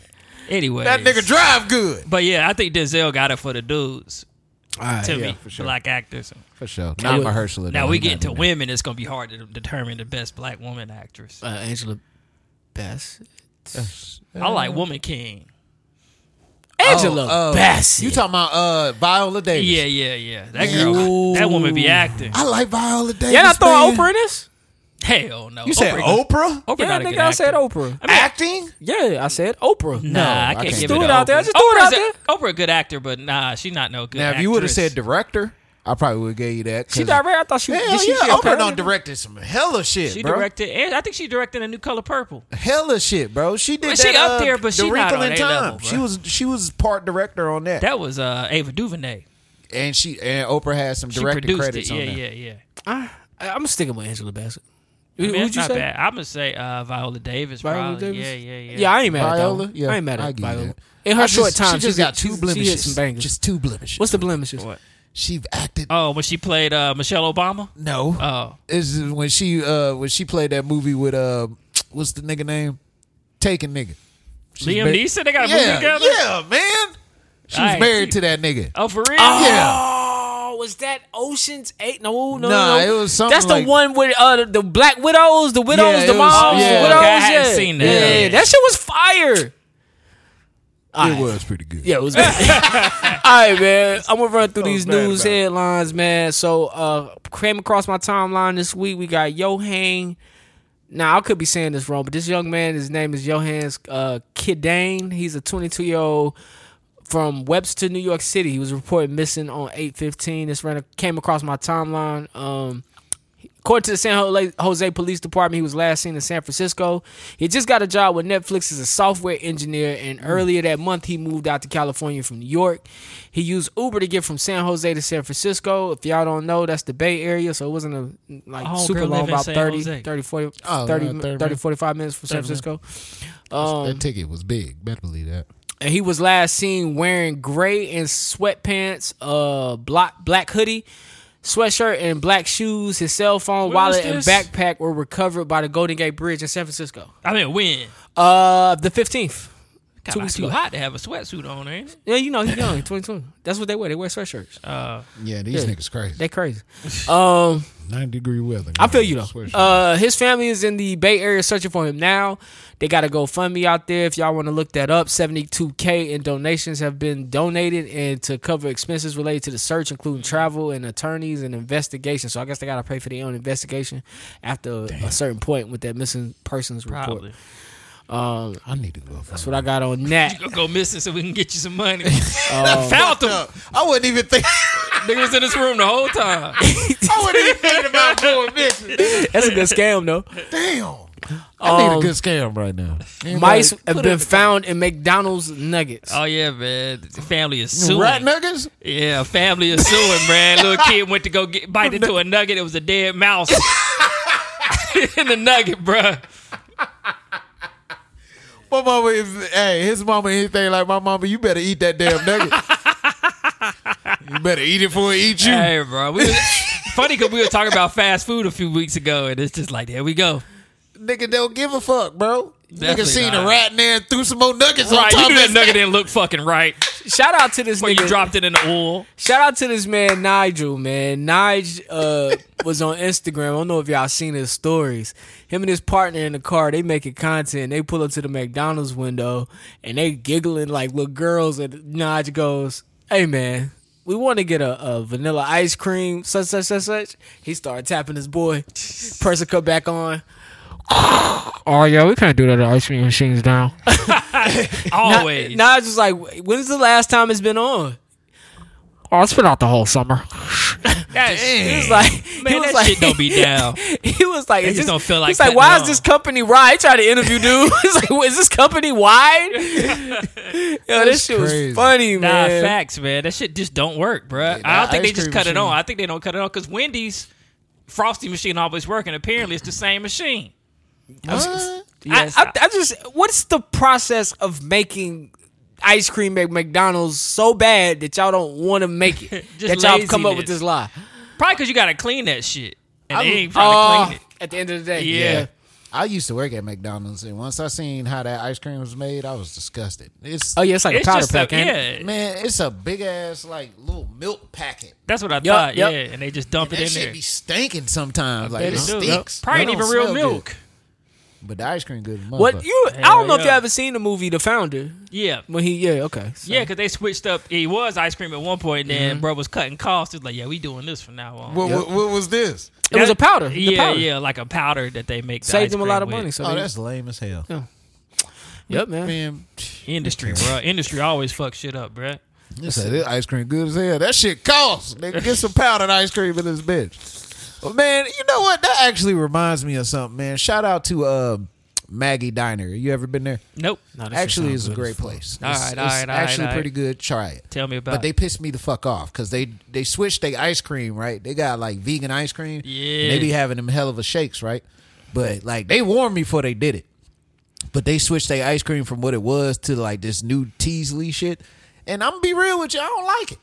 Anyway, that nigga drive good But yeah, I think Denzel got it for the dudes. To yeah, me, for sure. black actors. for sure. Not would- Mahershala. Now though. we He get not into in women. It's gonna be hard to determine the best black woman actress. Uh, Angela Bass. I like Woman King. Angela uh, Bassett. there. You talking about uh, Viola Davis? Yeah, yeah, yeah. That girl, that woman be acting. I like Viola Davis. Yeah, I man. throwing Oprah in this. Hell no. You said Oprah? Oprah? Oprah Yeah, not a nigga, good I said actor. Oprah. I mean, Acting? Yeah, I said Oprah. Nah, I I can't can't. give Threw it it to out there. I Oprah. just threw it Oprah's out a- there. Oprah a good actor, but nah, she's not no good. Now, if you would have actress. said director, I probably would have gave you that. She 'cause- directed. I thought she. Hell did she, yeah, she a Oprah parody? done directed some hella shit, she bro. directed, and I think she directed a new color purple. hella shit, bro. She did Well, she that, up uh, there, but The she not Wrinkle on in A Time. level, bro. She was she was part director on that, That was uh, Ava DuVernay. and she and Oprah had some She director produced credits it. on Yeah, that. yeah, yeah. I, I'm sticking with Angela Bassett. I mean, Who'd that's you not say? bad. I'm gonna say uh, Viola Davis. Viola probably. Davis? Yeah, yeah, yeah. Yeah, I ain't mad Viola, at that. yeah, Yeah, I ain't mad I at give you Viola. that. In her I short just- time, she just hit- got two She blemishes. hit some bangers. Just two blemishes. What's the blemishes? What? she acted? Oh, when she played uh, Michelle Obama. no, uh. Oh, is when she uh when she played that movie with uh what's the nigga name? Taken nigga. She's Liam mar- Neeson. They got a movie Yeah, together. yeah, man. She was Aight. married to that nigga. Oh, for real? Yeah. Oh, was that Ocean's Eight? No, no, Nah, no. it was something That's like- the one with uh, the, the Black Widows, the Widows, Yeah, the it was- Moms, yeah. Widows. Okay, I hadn't yeah. seen that. Yeah, Yeah. that shit was fire. It was pretty good. Yeah, it was good. All right, man. I'm gonna run through these mad news about it. headlines, man. So, uh, came across my timeline this week. We got Johan. Now, I could be saying this wrong, but this young man, his name is Johan uh, Kidane. He's a 22 year old from Webster, New York City. He was reported missing on 8:15. This ran came across my timeline. Um, According to the San Ho- Jose Police Department, he was last seen in San Francisco. He just got a job with Netflix as a software engineer, and Hmm. earlier that month, he moved out to California from New York. He used Uber to get from San Jose to San Francisco. If y'all don't know, that's the Bay Area, so it wasn't a like My super homegirl live long, in about San 30, Jose. 30, 40, Oh, 30, uh, 30 30, 45 minutes from San Francisco. Um, that ticket was big. Better believe that. And he was last seen wearing gray and sweatpants, uh, black black hoodie, sweatshirt, and black shoes. His cell phone, Where wallet, and was this? backpack were recovered by the Golden Gate Bridge in San Francisco. I mean, when? Uh, the fifteenth. God, Two it's weeks too ago. hot to have a sweatsuit on, ain't it? Yeah, you know he's young, twenty two. That's what they wear. They wear sweatshirts. Uh. Yeah, these Yeah. niggas crazy. They crazy. Um, Ninety degree weather. I feel you though. Swear shit. Uh, his family is in the Bay Area searching for him now. They got a GoFundMe out there if y'all want to look that up. Seventy two k in donations have been donated and to cover expenses related to the search, including travel and attorneys and investigation. So I guess they got to pay for their own investigation after a certain point with that missing persons report. Probably. I need to go. That's That's what I got on that. Go, go missing so we can get you some money. Found them. I wouldn't even think. Nigga was in this room the whole time. I wouldn't even think about going missing. That's a good scam though. Damn. I need a good scam right now. Mice have been found in McDonald's nuggets. Oh yeah, man. The family is suing. Rat niggas? Yeah, family is suing, man. Little kid went to go get bite into a nugget. It was a dead mouse in the nugget, bruh. My mama is hey, his mama anything like my mama, you better eat that damn nugget. you better eat it before it eat you. Hey, bro. We was, funny because we were talking about fast food a few weeks ago, and it's just like, there we go. Nigga don't give a fuck, bro. Definitely nigga seen not. a rat in there and threw some more nuggets on Right, you top knew of that that nugget didn't look fucking right. Shout out to this Or you nigga. dropped it in the oil. Shout out to this man Nigel, man. Nigel uh, was on Instagram. I don't know if y'all seen his stories. Him and his partner in the car, they making content. They pull up to the McDonald's window and they giggling like little girls. And Nigel goes, "Hey man, we want to get a, a vanilla ice cream, such such such such." He started tapping his boy. Person cut back on. Oh yeah, we can't do that. The ice cream machine's down. Always. Now it's just like, when's the last time it's been on? Oh, it's been out the whole summer. That- He was like, he Man, was that like, shit don't be down. He was like, is just this, don't feel like he's like, cutting why it is this off." company wide? He tried to interview dude. he's like, well, is this company wide? Yo, this shit crazy. was funny, Nah, man. facts, man. That shit just don't work, bruh. I that don't think they ice just cream cut it machine. on. I think they don't cut it on because Wendy's frosty machine always working. Apparently, it's the same machine. What? Yes. I, I, I just, what's the process of making ice cream at McDonald's so bad that y'all don't want to make it? that Just y'all have come up laziness. with this lie. Probably because you got to clean that shit, and they ain't trying Oh, to clean at the end of the day, it. Yeah. I used to work at McDonald's and once I seen how that ice cream was made, I was disgusted. It's Oh yeah, it's like It's a powder just a, pack. ain't it? yeah. man, it's a big ass like little milk packet. That's what I thought. yup. Yeah, and they just dump That it in shit there. be stinking sometimes. Like They it do. stinks. It Probably ain't even don't real smell milk. good. But the ice cream good. as What motherfucker. you? I don't know if you yeah. ever seen the movie The Founder. Yeah. When he, yeah, okay, so. Yeah, because they switched up. It was ice cream at one point, and then Mm-hmm. bro was cutting costs. It's like, yeah, we doing this from now on. What, what, what was this? it was a powder. the yeah, powder. yeah, like a powder that they make. the ice saved them a lot cream of money. with. So oh, they- that's lame as hell. yep, man. Man, Industry, bro. Industry always fucks shit up, bro. they say this ice cream good as hell. That shit costs. They get some powdered ice cream in this bitch. Well, man, you know what? That actually reminds me of something, man. Shout out to uh, Maggie Diner. You ever been there? Nope. actually, it's a great place. All it's, right, it's all right, all right, actually all right. pretty good. Try it. Tell me about But they it. pissed me the fuck off because they they switched their ice cream right. They got like vegan ice cream. Yeah. and they be having them hell of a shakes right. But like they warned me before they did it. But they switched their ice cream from what it was to like this new Teasley shit. And I'm gonna be real with you, I don't like it.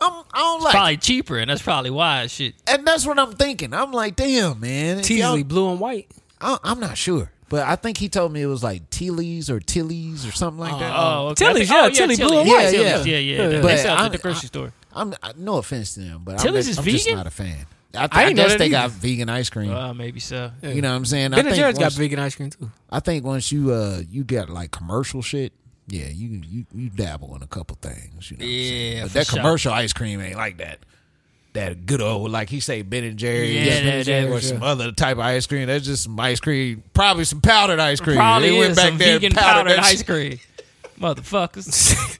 I'm, I don't like, Probably cheaper, and that's probably why. Shit. it. and that's what I'm thinking. I'm like, damn, man. if y'all- Teasley, blue and white. I, I'm not sure, but I think he told me it was like Tealeys or Tillies or something like that. Oh, okay. I Tilly's, think- oh, yeah, Tilly Blue and White. Tilly's, Yeah, yeah. yeah, yeah. Yeah, They- yeah. They But sell it at I- the grocery store. I'm I- no offense to them, but Tilly's I'm, is I'm just vegan? not a fan. I, I, I didn't know guess that they either. got vegan ice cream. Uh, maybe so. you know what I'm saying? I Ben and think, Jerry's got once, vegan ice cream too. I think once you uh you get like commercial shit, yeah, you you you dabble in a couple things. You know, what I'm saying? Yeah, but for that sure. commercial ice cream ain't like that. That good old like he say Ben and Jerry's Yeah, that- Ben and that- Jerry's, or yeah. some other type of ice cream. That's just some ice cream, probably some powdered ice cream. Probably they went is back some there and vegan powdered powdered that ice shit. cream. Motherfuckers.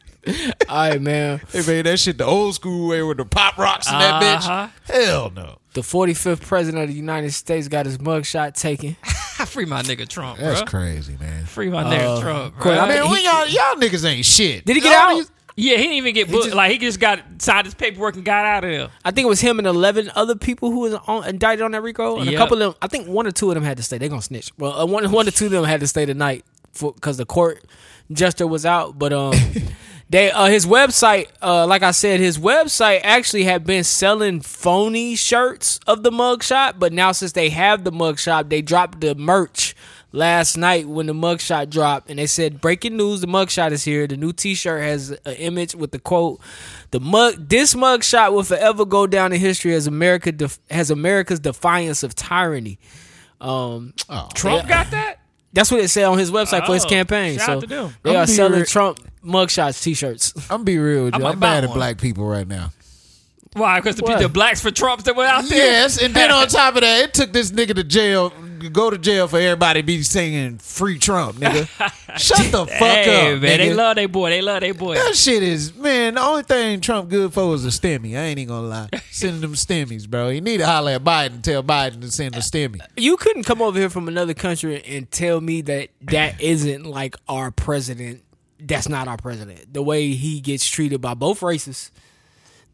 All right, man. They made that shit the old school way with the pop rocks and that Uh-huh. bitch. Hell no. The 45th president of the United States got his mugshot taken. I free my nigga Trump, That's bro. crazy, man. Free my Oh. nigga Trump, bro. Quinn, I mean, Man, he- we y'all, y'all niggas ain't shit. Did he get Y'all out? niggas- yeah, he didn't even get booked. like he just got signed his paperwork and got out of there. I think it was him and 11 other people who was on, indicted on that Rico. And Yep. a couple of them, I think one or two of them had to stay. They're going to snitch. Well, uh, one, one or two of them had to stay tonight because the court jester was out. But um, they uh, his website, uh, like I said, his website actually had been selling phony shirts of the mugshot. But now since they have the mugshot, they dropped the merch last night when the mugshot dropped and they said breaking news the mugshot is here the new t-shirt has an image with the quote the mug this mugshot will forever go down in history as america def- as america's defiance of tyranny um Trump got that. that's what it said on his website for his Oh, campaign shout so out to them. they I'm are selling here- trump mugshots t-shirts I'm be real with I you. might I'm buy mad at one. black people right now. Why? Because the, the blacks for Trumps that were out there. Yes, and then on top of that, it took this nigga to jail, go to jail for everybody to be singing "Free Trump," nigga. Shut the fuck hey, up, man, nigga. they love their boy. They love their boy. that shit is man. The only thing Trump good for is a stimmy. I ain't even gonna lie. Sending them stimmies, bro. He need to holler at Biden. Tell Biden to send a stimmy. you couldn't come over here from another country and tell me that that isn't like our president. That's not our president. The way he gets treated by both races,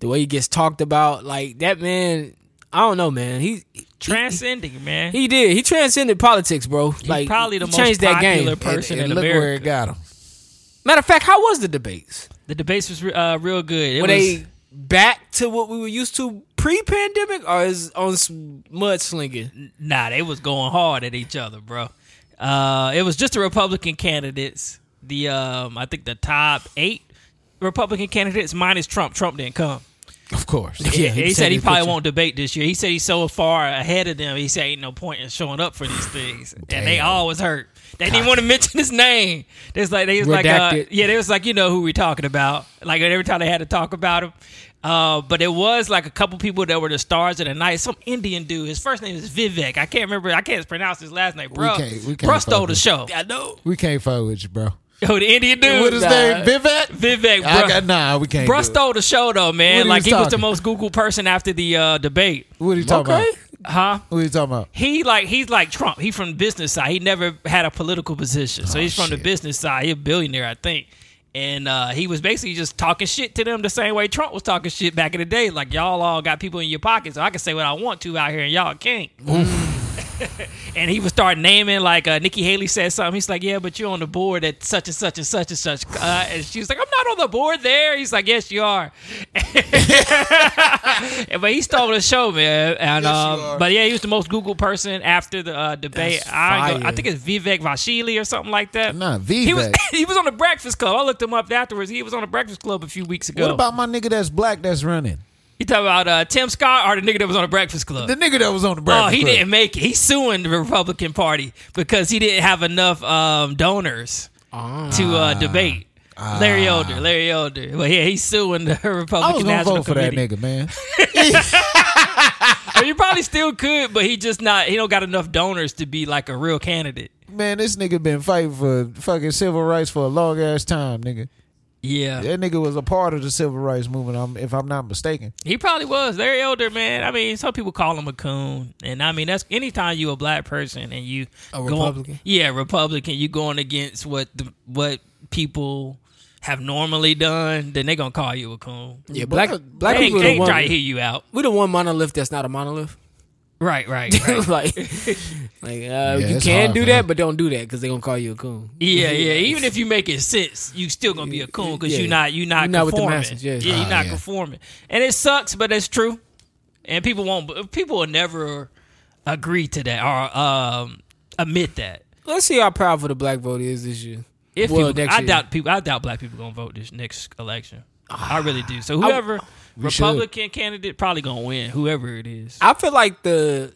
the way he gets talked about, like that man. I don't know, man. He Transcending, man. he did. He transcended politics, bro. like probably the he most changed that popular game. per- Person and, in and look where it America. got him. Matter of fact, how was the debates? the debates was re- uh, real good. It Were was, they back to what we were used to pre-pandemic, or is on some mudslinging? Nah, they was going hard at each other, bro. Uh, it was just the Republican candidates. The um, I think the top eight Republican candidates minus Trump. Trump didn't come. Of course. Yeah, he, said he his probably picture. won't debate this year. He said he's so far ahead of them. He said ain't no point in showing up for these things, and they always hurt. They didn't want to mention his name. There's like they was like uh, Redacted. yeah, they was like you know who we talking about. Like every time they had to talk about him. Uh, but it was like a couple people that were the stars of the night. Some Indian dude. His first name is Vivek. I can't remember. I can't pronounce his last name. Bro, can't- we can't bro stole fuck the with- show. I know. We can't fuck with you, bro. Yo, the Indian dude. What is Nah. name? Vivek. Vivek, bro. I got nah. We can't. Bro do it. stole the show though, man. What he Like was he was the talking? most Google person after the uh, debate, What are you talking Okay. about? huh? What are you talking about? he like he's like Trump. He from the business side. He never had a political position, so he's from the business side. He's a billionaire, I think. And uh, he was basically just talking shit to them the same way Trump was talking shit back in the day. Like y'all all got people in your pockets, so I can say what I want to out here, and y'all can't. and he would start naming like uh, Nikki Haley said something. He's like, "Yeah, but you're on the board at such and such and such and such." Uh, and she was like, "I'm not on the board there." He's like, "Yes, you are." And- but he stole the show, man. And um, but yeah, he was the most Googled person after the uh, debate. That's I, ain't go- I fire. think it's Vivek Vashili or something like that. Nah, He was Vivek. he was on the Breakfast Club. I looked him up afterwards. He was on the Breakfast Club a few weeks ago. What about my nigga that's black that's running? you talking about uh, Tim Scott or the nigga that was on the Breakfast Club? The nigga that was on the Oh, breakfast. he Club. didn't make it. He's suing the Republican Party because he didn't have enough um, donors to Ah. uh, debate. Larry Elder, Larry Elder. But yeah, he's suing the Republican I was gonna National vote for Committee. that nigga, man. I mean, you probably still could, but he just not. He don't got enough donors to be like a real candidate. Man, this nigga been fighting for fucking civil rights for a long ass time, nigga. Yeah, That nigga was a part of the civil rights movement, I'm- if I'm not mistaken. he probably was. Larry Elder, man. I mean, some people call him a coon, and I mean that's anytime you a black person and you a Republican? yeah, Republican. You going against what the what people have normally done, then they gonna call you a coon. Yeah, black black they people the ain't, they ain't one. try to hear you out. We the one monolith that's not a monolith. Right, right, right. like, like uh, you it's can hard, do man. that, but don't do that because they're gonna call you a coon. Yeah, yeah. Even if you make it sense, you still gonna be a coon because Yeah. you're not you not You're not with the conforming. masses, yeah. yeah, you're not conforming, and it sucks, but it's true. And people won't. People will never agree to that or um, admit that. Let's see how powerful the black vote is this year. If Well, people, next I year. doubt people. I doubt black people gonna vote this next election. I really do. So whoever should. Republican candidate probably gonna win. Whoever it is. I feel like the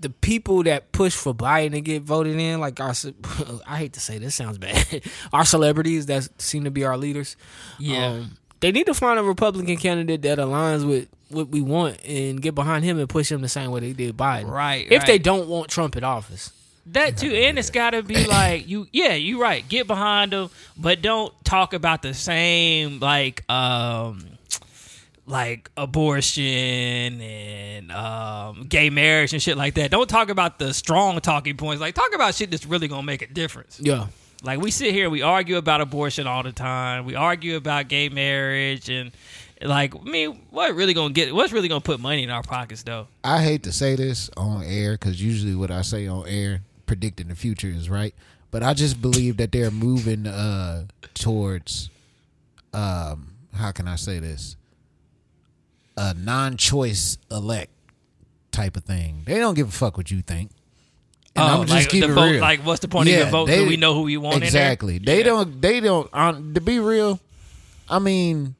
the people that push for Biden to get voted in, like our, ce- I hate to say this sounds bad, our celebrities that seem to be our leaders. Um, Yeah. they need to find a Republican candidate that aligns with what we want and get behind him and push him the same way they did Biden. Right, If they right. don't want Trump in office. that too, and it's got to be like you. Yeah, you're right. Get behind them, but don't talk about the same like um like abortion and um gay marriage and shit like that. Don't talk about the strong talking points. Like talk about shit that's really gonna make a difference. Yeah. Like we sit here, we argue about abortion all the time. We argue about gay marriage and like I mean, what really gonna get? What's really gonna put money in our pockets though? I hate to say this on air because usually what I say on air predicting the future is right, but I just believe that they're moving uh, towards um, how can I say this a non-choice elect type of thing. They don't give a fuck what you think. And I'm just Oh, Um, like, keeping the it vote, real. like what's the point of the vote? they- Do we know who we want? in there? Exactly. They Yeah. don't. They don't. Um, to be real, I mean,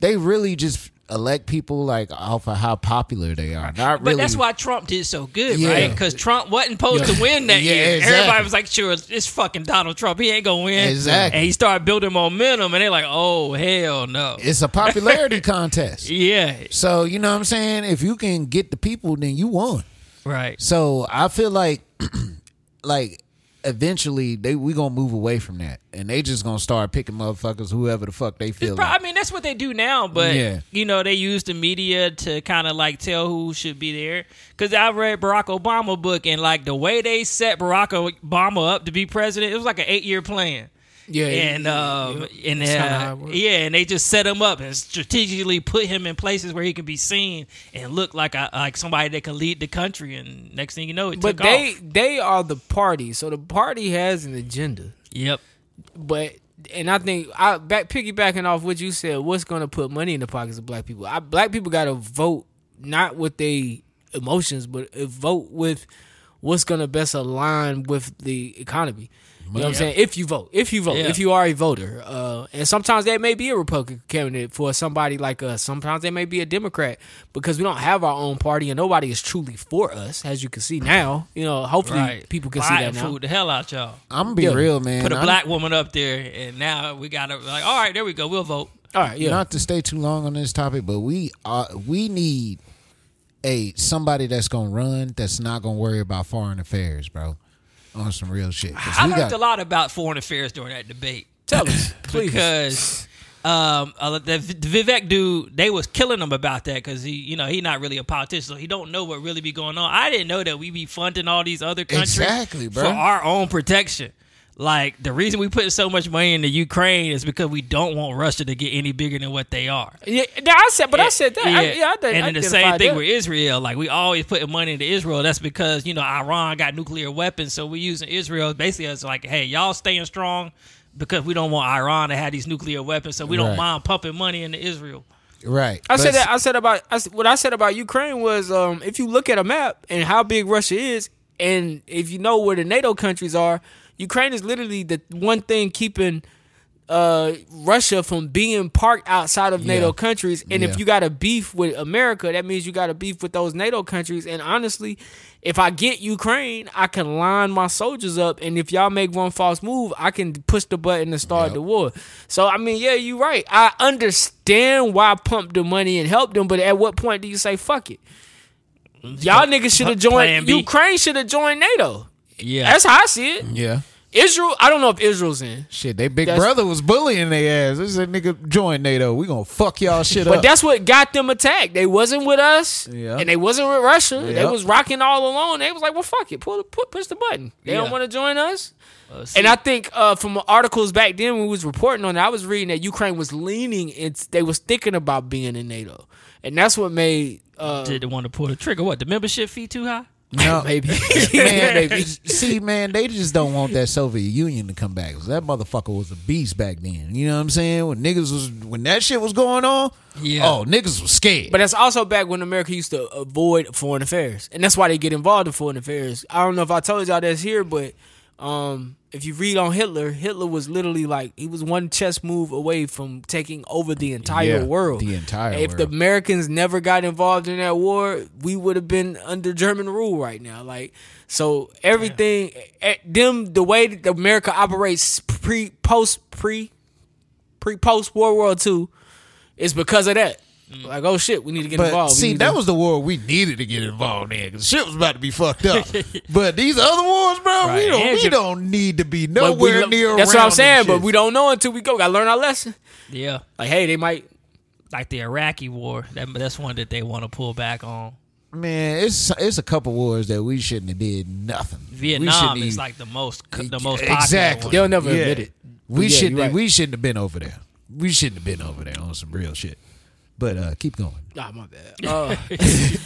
they really just elect people like off of how popular they are. Not But really. that's why Trump did so good, Yeah. right? Because Trump wasn't supposed to win that Yeah, year. exactly. Everybody was like, "Sure, it's fucking Donald Trump. He ain't gonna win." Exactly. And he started building momentum, and they're like, "Oh hell no!" it's a popularity contest. yeah, So you know what I'm saying. If you can get the people, then you won. right. So I feel like, like, eventually they we gonna move away from that, and they just gonna start picking motherfuckers whoever the fuck they It's feel. prob- like. I mean, that's what they do now, but Yeah. you know, they use the media to kind of like tell who should be there. Because I read Barack Obama book, and like the way they set Barack Obama up to be president, it was like an eight year plan. Yeah. and um, and That's kinda how uh, it works. yeah, and they just set him up and strategically put him in places where he can be seen and look like a like somebody that can lead the country. And next thing you know, it but took they off. they are the party, so the party has an agenda. Yep. But and I think I back piggybacking off what you said, what's gonna put money in the pockets of black people? I, black people gotta vote not with their emotions, but uh, vote with what's gonna best align with the economy. You know what I'm saying? If you vote, if you vote, Yeah. if you are a voter, uh, and sometimes that may be a Republican candidate for somebody like us. Sometimes they may be a Democrat because we don't have our own party and nobody is truly for us, as you can see now. You know, hopefully Right. people can see Biden that now. fooled the hell out y'all. I'm gonna be Yeah. real, man. Put a I'm- black woman up there, and now we got to like, all right, there we go. We'll vote. All right, yeah, Not to stay too long on this topic, but we are we need a somebody that's gonna run that's not gonna worry about foreign affairs, bro. On some real shit. 'Cause I we learned got- a lot about foreign affairs during that debate. tell us, please. because um uh, the the Vivek dude they was killing him about that because he you know he not really a politician so he don't know what really be going on. I didn't know that we be funding all these other countries Exactly, bro. for our own protection. Like the reason we put so much money into Ukraine is because we don't want Russia to get any bigger than what they are. Yeah, nah, I said, but I said that. I- Yeah, I, think- and I then the identified same thing that. with Israel. Like we always putting money into Israel. That's because you know Iran got nuclear weapons, so we using Israel basically as like, hey, y'all staying strong because we don't want Iran to have these nuclear weapons, so we don't Right. mind pumping money into Israel. right. I said Let's- that. I said about. I, s- what I said about Ukraine was, um, if you look at a map and how big Russia is, and if you know where the NATO countries are, Ukraine is literally the one thing keeping uh, Russia from being parked outside of NATO countries. And Yeah. if you got a beef with America, that means you got a beef with those NATO countries. And honestly, if I get Ukraine, I can line my soldiers up. And if y'all make one false move, I can push the button to start the war. So, I mean, yeah, you're right. I understand why pump the money and help them, but at what point do you say, fuck it? Y'all niggas should have plan joined, B. Ukraine should have joined NATO. Yeah, That's how I see it. Yeah. Israel, I don't know if Israel's in. Shit, they big That's- brother was bullying their ass. This is a nigga join NATO. We gonna fuck y'all shit But up. that's what got them attacked. They wasn't with us, Yeah. and they wasn't with Russia. They Yeah. was rocking all alone. They was like, "Well, fuck it, pull, pull push the button. They Yeah. don't want to join us." see. and I think uh, from articles back then when we was reporting on it, I was reading that Ukraine was leaning. It's they was thinking about being in NATO, and that's what made uh, did want to pull the trigger. What the membership fee too high? no, maybe. man, they, see, man, they just don't want that Soviet Union to come back. 'Cause That motherfucker was a beast back then. You know what I'm saying? When niggas was when that shit was going on, Yeah. oh niggas was scared. But that's also back when America used to avoid foreign affairs, and that's why they get involved in foreign affairs. I don't know if I told y'all that's here, but um, if you read on Hitler, Hitler was literally like he was one chess move away from taking over the entire Yeah, world. the entire If the world. Americans never got involved in that war, we would have been under German rule right now. Like so, everything eh, them the way that America operates pre post pre pre post World War II is because of that. Like, oh shit, we need to get But involved. We see, need that to- was the war we needed to get involved in because shit was about to be fucked up. but these other wars, bro, Right, we don't and we you- don't need to be but we nowhere lo- near. That's what I'm around saying. them But shits. we don't know until we go. Got to learn our lesson. Yeah, Like, hey, they might. like the Iraqi war. That, that's one that they want to pull back on. man, it's it's a couple wars that we shouldn't have did nothing. we Vietnam shouldn't is even- like the most the most popular exactly. one. They'll never admit it. We Yeah, you're shouldn't right. we shouldn't have been over there. We shouldn't have been over there on some real shit. But uh, keep going. Ah, my bad. Uh,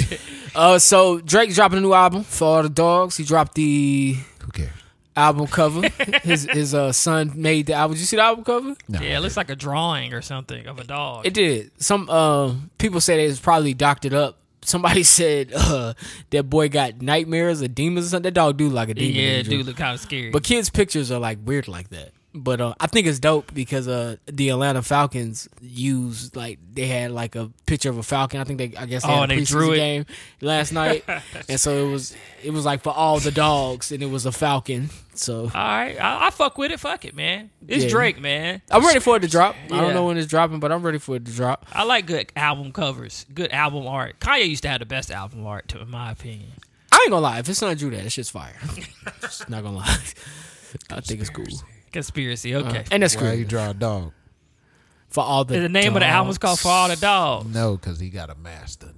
uh, so Drake dropping a new album for all the dogs. He dropped the Who cares? album cover. his his uh, son made the album. Did you see the album cover? No. Yeah, it looks like a drawing or something of a dog. It did. Some um, people said it was probably doctored up. Somebody said uh, that boy got nightmares or demons or something. That dog do like a demon. yeah, in it his do dream. look kind of scary. But kids' pictures are like weird like that. But uh, I think it's dope because uh, the Atlanta Falcons used like they had like a picture of a falcon. I think they I guess they Oh, had a and they preseason drew it. game last night, and so it was it was like for all the dogs, and it was a falcon. So all right, I, I fuck with it. Fuck it, man. It's Yeah. Drake, man. I'm ready for it to drop. I Yeah. don't know when it's dropping, but I'm ready for it to drop. I like good album covers, good album art. Kanye used to have the best album art, to, in my opinion. I ain't gonna lie. If it's not Drew, that that shit's fire. Just not gonna lie. I think it's cool. Conspiracy, Uh, okay. And that's Why you cool draw a dog? for all the. the name of the album's called For All the Oh. Dogs. No, because he got a master,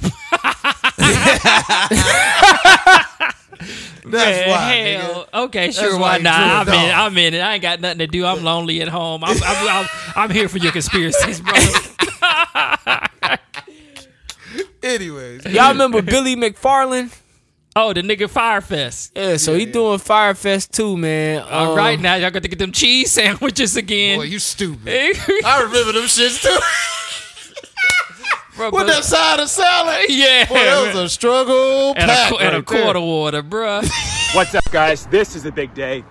nigga. That's why, nigga. Hell, okay, sure, why why he not? drew a I'm in, dog. I'm in it. I ain't got nothing to do. I'm lonely at home. I'm, I'm, I'm, I'm here for your conspiracies, bro. Anyways, Y'all remember Billy McFarland? Oh, the nigga Firefest. Yeah, so he doing Firefest too, man. All Um, right, now y'all got to get them cheese sandwiches again. boy, you stupid. I remember them shits too. Bro, With but- that side of salad, yeah, boy, that was a struggle and pack a, qu- and right a quarter there. water, bruh. What's up, guys? This is a big day.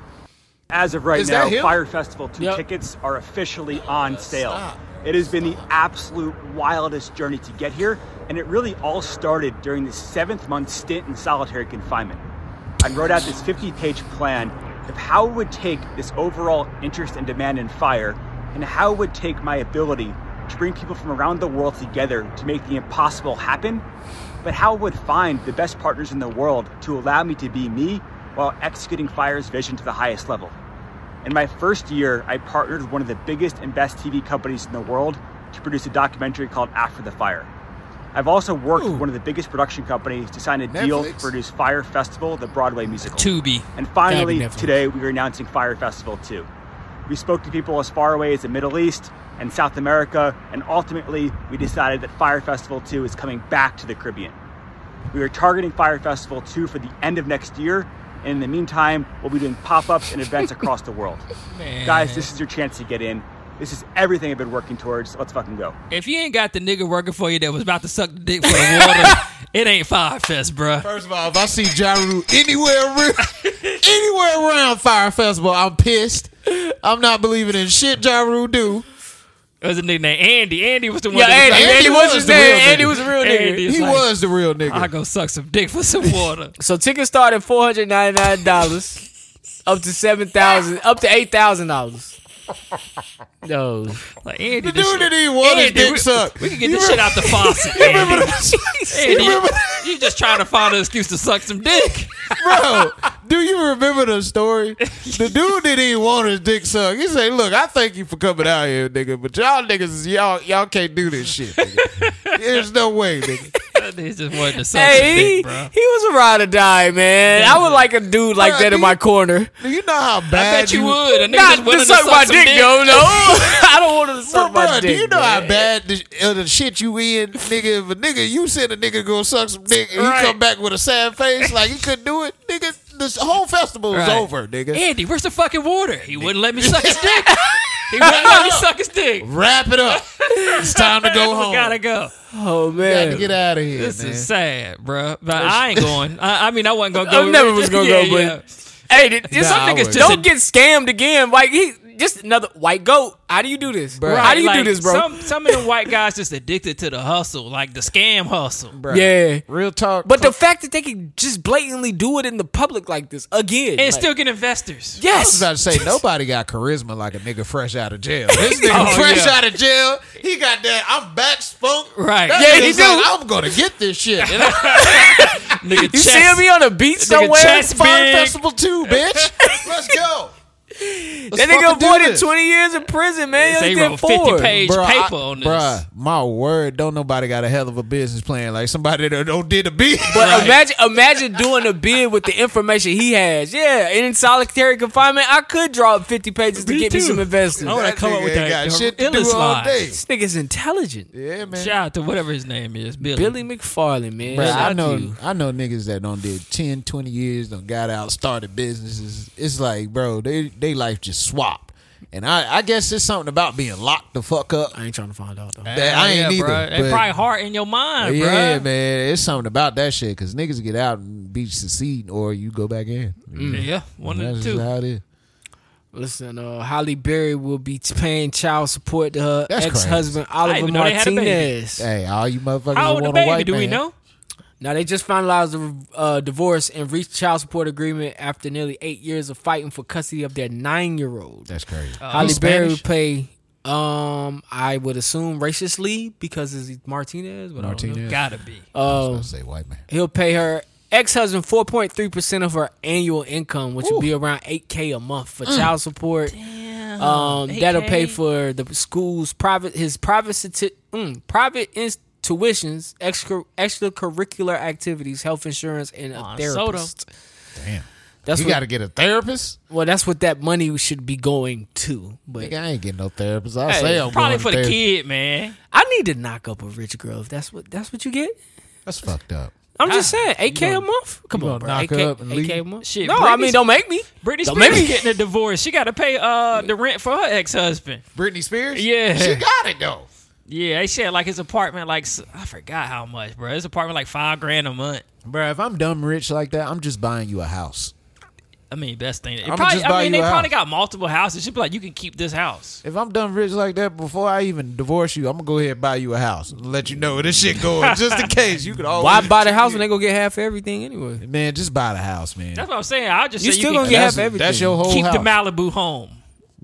As of right Is that now, him? Fire Festival 2 Yep. tickets are officially on sale. It has been the absolute wildest journey to get here, and it really all started during the seventh month stint in solitary confinement. I wrote out this 50 page plan of how it would take this overall interest and demand in fire, and how it would take my ability to bring people from around the world together to make the impossible happen, but how it would find the best partners in the world to allow me to be me while executing fire's vision to the highest level. In my first year, I partnered with one of the biggest and best TV companies in the world to produce a documentary called After the Fire. I've also worked with one of the biggest production companies to sign a deal to Netflix. produce Fire Festival, the Broadway musical. Tubi. And finally, Netflix. today we are announcing Fire Festival 2. We spoke to people as far away as the Middle East and South America, and ultimately we decided that Fire Festival 2 is coming back to the Caribbean. We are targeting Fire Festival 2 for the end of next year, and in the meantime, we'll be doing pop ups and events across the world. Guys, this is your chance to get in. This is everything I've been working towards. Let's fucking go. If you ain't got the nigga working for you that was about to suck the dick for the water, it ain't Firefest, bruh. First of all, if I see Ja Rule anywhere around, anywhere around Fire Festival, I'm pissed. I'm not believing in shit Ja Rule do. It was a nigga named Andy. Andy was the one Yeah, that Andy, was Andy, Andy was was his the name. real nigga. Andy was a real like, nigga. Andy He like, was the real I nigga. go suck some dick for some water. So tickets start at four hundred ninety nine dollars, up to seven thousand, up to eight thousand dollars. No, Like Andy, The this dude shit- that he wanted Andy, dick we, sucked. We can get You this shit out the faucet. Andy. Remember that? Andy, you remember- you just trying to find an excuse to suck some dick. Bro, do you remember the story? The dude that he want his dick sucked. He say, "Look, I thank you for coming out here, nigga, but y'all niggas, is- y'all y'all can't do this shit. Nigga. There's no way, nigga. That nigga just wanted to suck some hey, he, dick, bro. he was a ride or die man. I would like a dude like Bruh, that in he- my corner. Do you know how bad I bet you would. A nigga Not just wanted to suck my dick, though. No, I don't want to Bro, suck my bro, dick. do you know man. how bad the, uh, the shit you in, nigga? If a nigga, you send a nigga go suck some dick, and Right. he come back with a sad face like he couldn't do it, nigga. This whole festival is Right. over, nigga. Andy, where's the fucking water? He wouldn't let me suck his dick. He wouldn't let me suck his dick. Wrap it up. It's time to go home. We gotta go. Oh Got to man, get out of here, This man. is sad, bro. But I ain't going. I, I mean, I wasn't gonna go. I never was gonna go, but- hey, th- Nah, some I niggas would. don't get scammed again. Like he just another white goat. How do you do this? Right, How do you like, do this, bro? Some some of the white guys just addicted to the hustle, like the scam hustle. yeah. Real talk. But the fact that they can just blatantly do it in the public like this again. And like- still get investors. I was Yes. about to say nobody got charisma like a nigga fresh out of jail. This nigga Oh, fresh yeah. out of jail, he got that. I'm back spunk. Right. That Yeah, he nigga's do. like, I'm gonna get this shit. And I Nigga, You chest- seeing me on a beach somewhere? chest Fuck, big. that's- festival too, bitch. Let's go. That nigga avoided 20 years in prison, man. They He only wrote did 50 four. page paper on this. Bruh, my word, don't nobody got a hell of a business plan like somebody that don't did a bid. But imagine, imagine doing a bid with the information he has. Yeah, and in solitary confinement, I could draw up 50 pages to Me get me too. some investors. I wanna That come up nigga with ain't that. got Your shit to do illest all lies. day. This nigga's intelligent. Yeah, man. Shout out to whatever his name is, Billy. Billy McFarland, man. Bruh, Shout I out know to you. I know niggas that done did 10, 20 years, done got out, started businesses. It's like, bro, they they life just swapped. And I, I guess it's something about being locked the fuck up. I ain't trying to find out, though. That I ain't yeah, either. Bro. They but- probably hard in your mind, bro. yeah, man, it's something about that shit because niggas get out and be succeed, or you go back in. Yeah, Mm. one That's of the just two. how it is. Listen, uh, Holly Berry will be paying child support to her That's crazy. ex-husband Oliver even know they had a baby. Martinez. Hey, all you motherfuckers How that old the want a baby? white Do we man, know? Now they just finalized the uh, divorce and reached child support agreement after nearly eight years of fighting for custody of their nine-year-old. That's crazy. Holly He's Berry Spanish? would play, um, I would assume racistly because it's Martinez. But Martinez. Martinez. Gotta be. Um, I say white man. he'll pay her ex-husband 4.3% of her annual income, which would be around 8k a month for Mm. child support. Um, that'll pay for the school's private his private sati- mm, private ins- tuitions, extra extracurricular activities, health insurance, and a On therapist. Damn, That's you what, got to get a therapist. well, that's what that money should be going to. But Nigga, I ain't getting no therapist. I Hey, say I'm probably going for to the therapy. kid, man. I need to knock up a rich girl. If that's what that's what you get. That's fucked up. I'm just Ah, saying, 8k a month. Come on, bro. knock 8K, up and 8K a leave? month. Shit, no, I mean Britney's- don't make me. Britney Don't Spears make me- getting a divorce. She got to pay uh, the rent for her ex husband. Britney Spears. Yeah. she got it though. Yeah, they said like his apartment, like s- I forgot how much, bro. His apartment like five grand a month. Bruh, if I'm dumb rich like that, I'm just buying you a house. I mean, best thing. It I'ma probably, just buy I mean, you they a probably house. got multiple houses. She'd be like, you can keep this house. If I'm dumb rich like that, before I even divorce you, I'm gonna go ahead and buy you a house. and Let you know where this shit going, just in case you could always. Why buy the house when they gonna get half of everything anyway? Man, just buy the house, man. That's what I'm saying. I'll just You say still you gonna can get half That's- everything. That's your whole keep house. the Malibu home.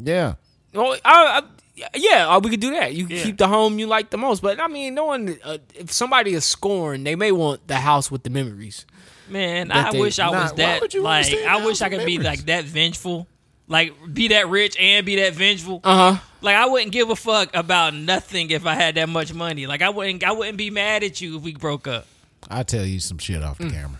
Yeah. Well, I, I, yeah, uh, we could do that. You Yeah. keep the home you like the most, but I mean, no one. Uh, if somebody is scorned, they may want the house with the memories. Man, That I they- wish I Nah, was why that would you wanna like stay in I the wish house I could with be memories? like that vengeful. Like be that rich and be that vengeful. Uh Uh-huh. huh. Like I wouldn't give a fuck about nothing if I had that much money. Like I wouldn't I wouldn't be mad at you if we broke up. I'll tell you some shit off the camera.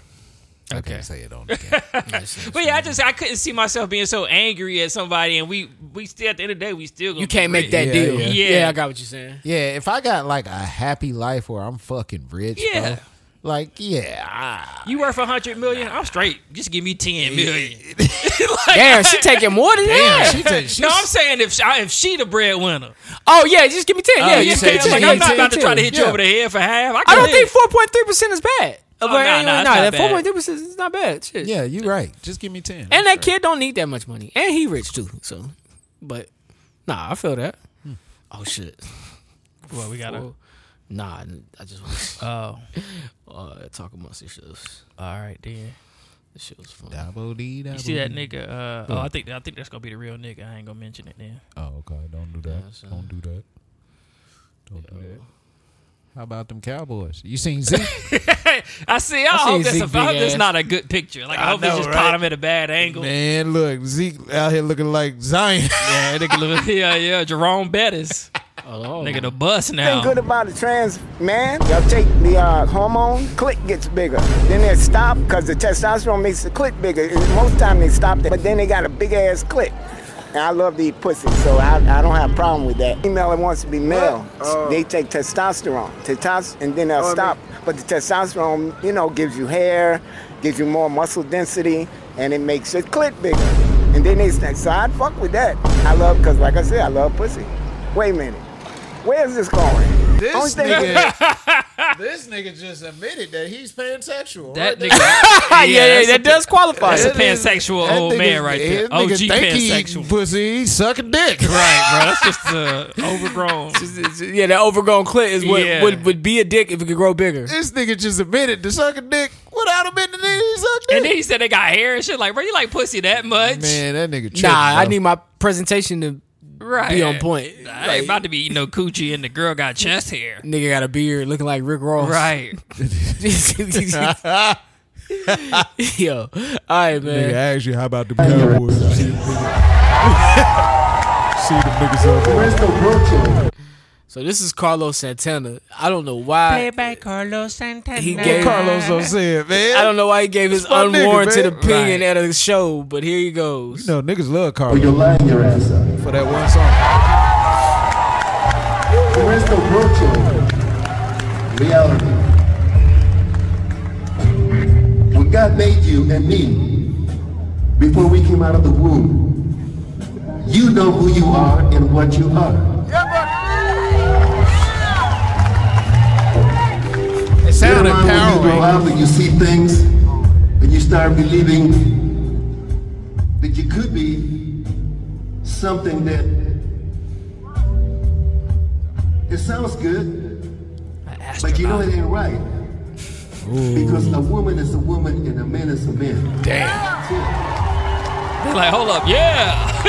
I Mm. Okay. can't say it on the camera. But yeah, I just I couldn't see myself being so angry at somebody and we we still at the end of the day we still gonna You can't be make that Yeah, deal. yeah. Yeah. Yeah. I got what you're saying. yeah, if I got like a happy life where I'm fucking rich, Yeah. bro, like, yeah, I, You worth a hundred million? I'm straight. Just give me ten million. Damn, she taking more than that. she said she No, I'm saying if she, if she the breadwinner, oh yeah, just give me ten. yeah, you just said give me saying ten. like yeah, I'm not about to 10, try to 10. hit you yeah. over the head for half. I, I don't can think live. four point three percent is bad. Oh, but nah, anyway, nah, it's nah, not that bad. four point three percent is not bad. Shit. yeah, you right. Just give me 10. And that kid don't need that much money, and he rich too. So, but nah, I feel that. Oh shit. Well, we gotta. Well, Nah, I just want Oh, to uh, talk amongst yourselves. all right then. This shit was fun. Double D, double You see D. that nigga? Uh, oh, I think I think that's gonna be the real nigga. I ain't gonna mention it then. Oh, okay. Don't do that. Don't do that. Don't do that. How about them Cowboys? You seen Zeke? I see. I, seen hope that's, a, Zeke I hope big that's ass. not a good picture. Like I, hope know, it's just right? caught him at a bad angle. Man, look, Zeke out here looking like Zion. Yeah, nigga, look- yeah, yeah. Jerome Bettis, Oh, nigga, the bus now. good about a trans man, y'all take the uh, hormone, clit gets bigger. Then they stop because the testosterone makes the clit bigger. And most time they stop that, but then they got a big ass clit. And I love to eat pussy, so I, I don't have a problem with that. Female that wants to be male, they take testosterone, testosterone, and then they'll stop. But the testosterone, you know, gives you hair, gives you more muscle density, and it makes your clit bigger. And then they snack. So I'd fuck with that. I love, because like I said, I love pussy. Wait a minute. Where's this going? This nigga, this nigga just admitted that he's pansexual. That right? nigga. yeah, yeah, that's that a- does qualify. That's a That is- pansexual That old nigga- man right there. that OG nigga think he eat pansexual. pussy, he sucking dick. Right, bro. That's just uh, overgrown. Yeah, that overgrown clit is what Yeah. would, would be a dick if it could grow bigger. This nigga just admitted to sucking dick without admitting that he sucked dick. And then he said they got hair and shit. Like, bro, you like pussy that much? Man, that nigga tripping, Nah, I bro. need my presentation to right. be on point. I ain't about to be eating no coochie and the girl got chest hair. Nigga got a beard looking like Rick Ross. Right. Yo. All right, Nigga, man. ask you how about the Cowboys? See the niggas up. So this is Carlos Santana. I don't know why Carlos Santana. he gave Carlos O'Sea, man. I don't know why he gave his my nigga, unwarranted man. opinion at Right. a show, but here he goes. No, niggas love Carlos. You're lying your ass up. For that one song. Reality. When God made you and me, before we came out of the womb, you know who you are and what you are. It sounded Later on, When you grow empowering. up and you see things, and you start believing that you could be something that it sounds good, but you know it ain't right. Because a woman is a woman and a man is a man. Damn. Like, hold up. Yeah.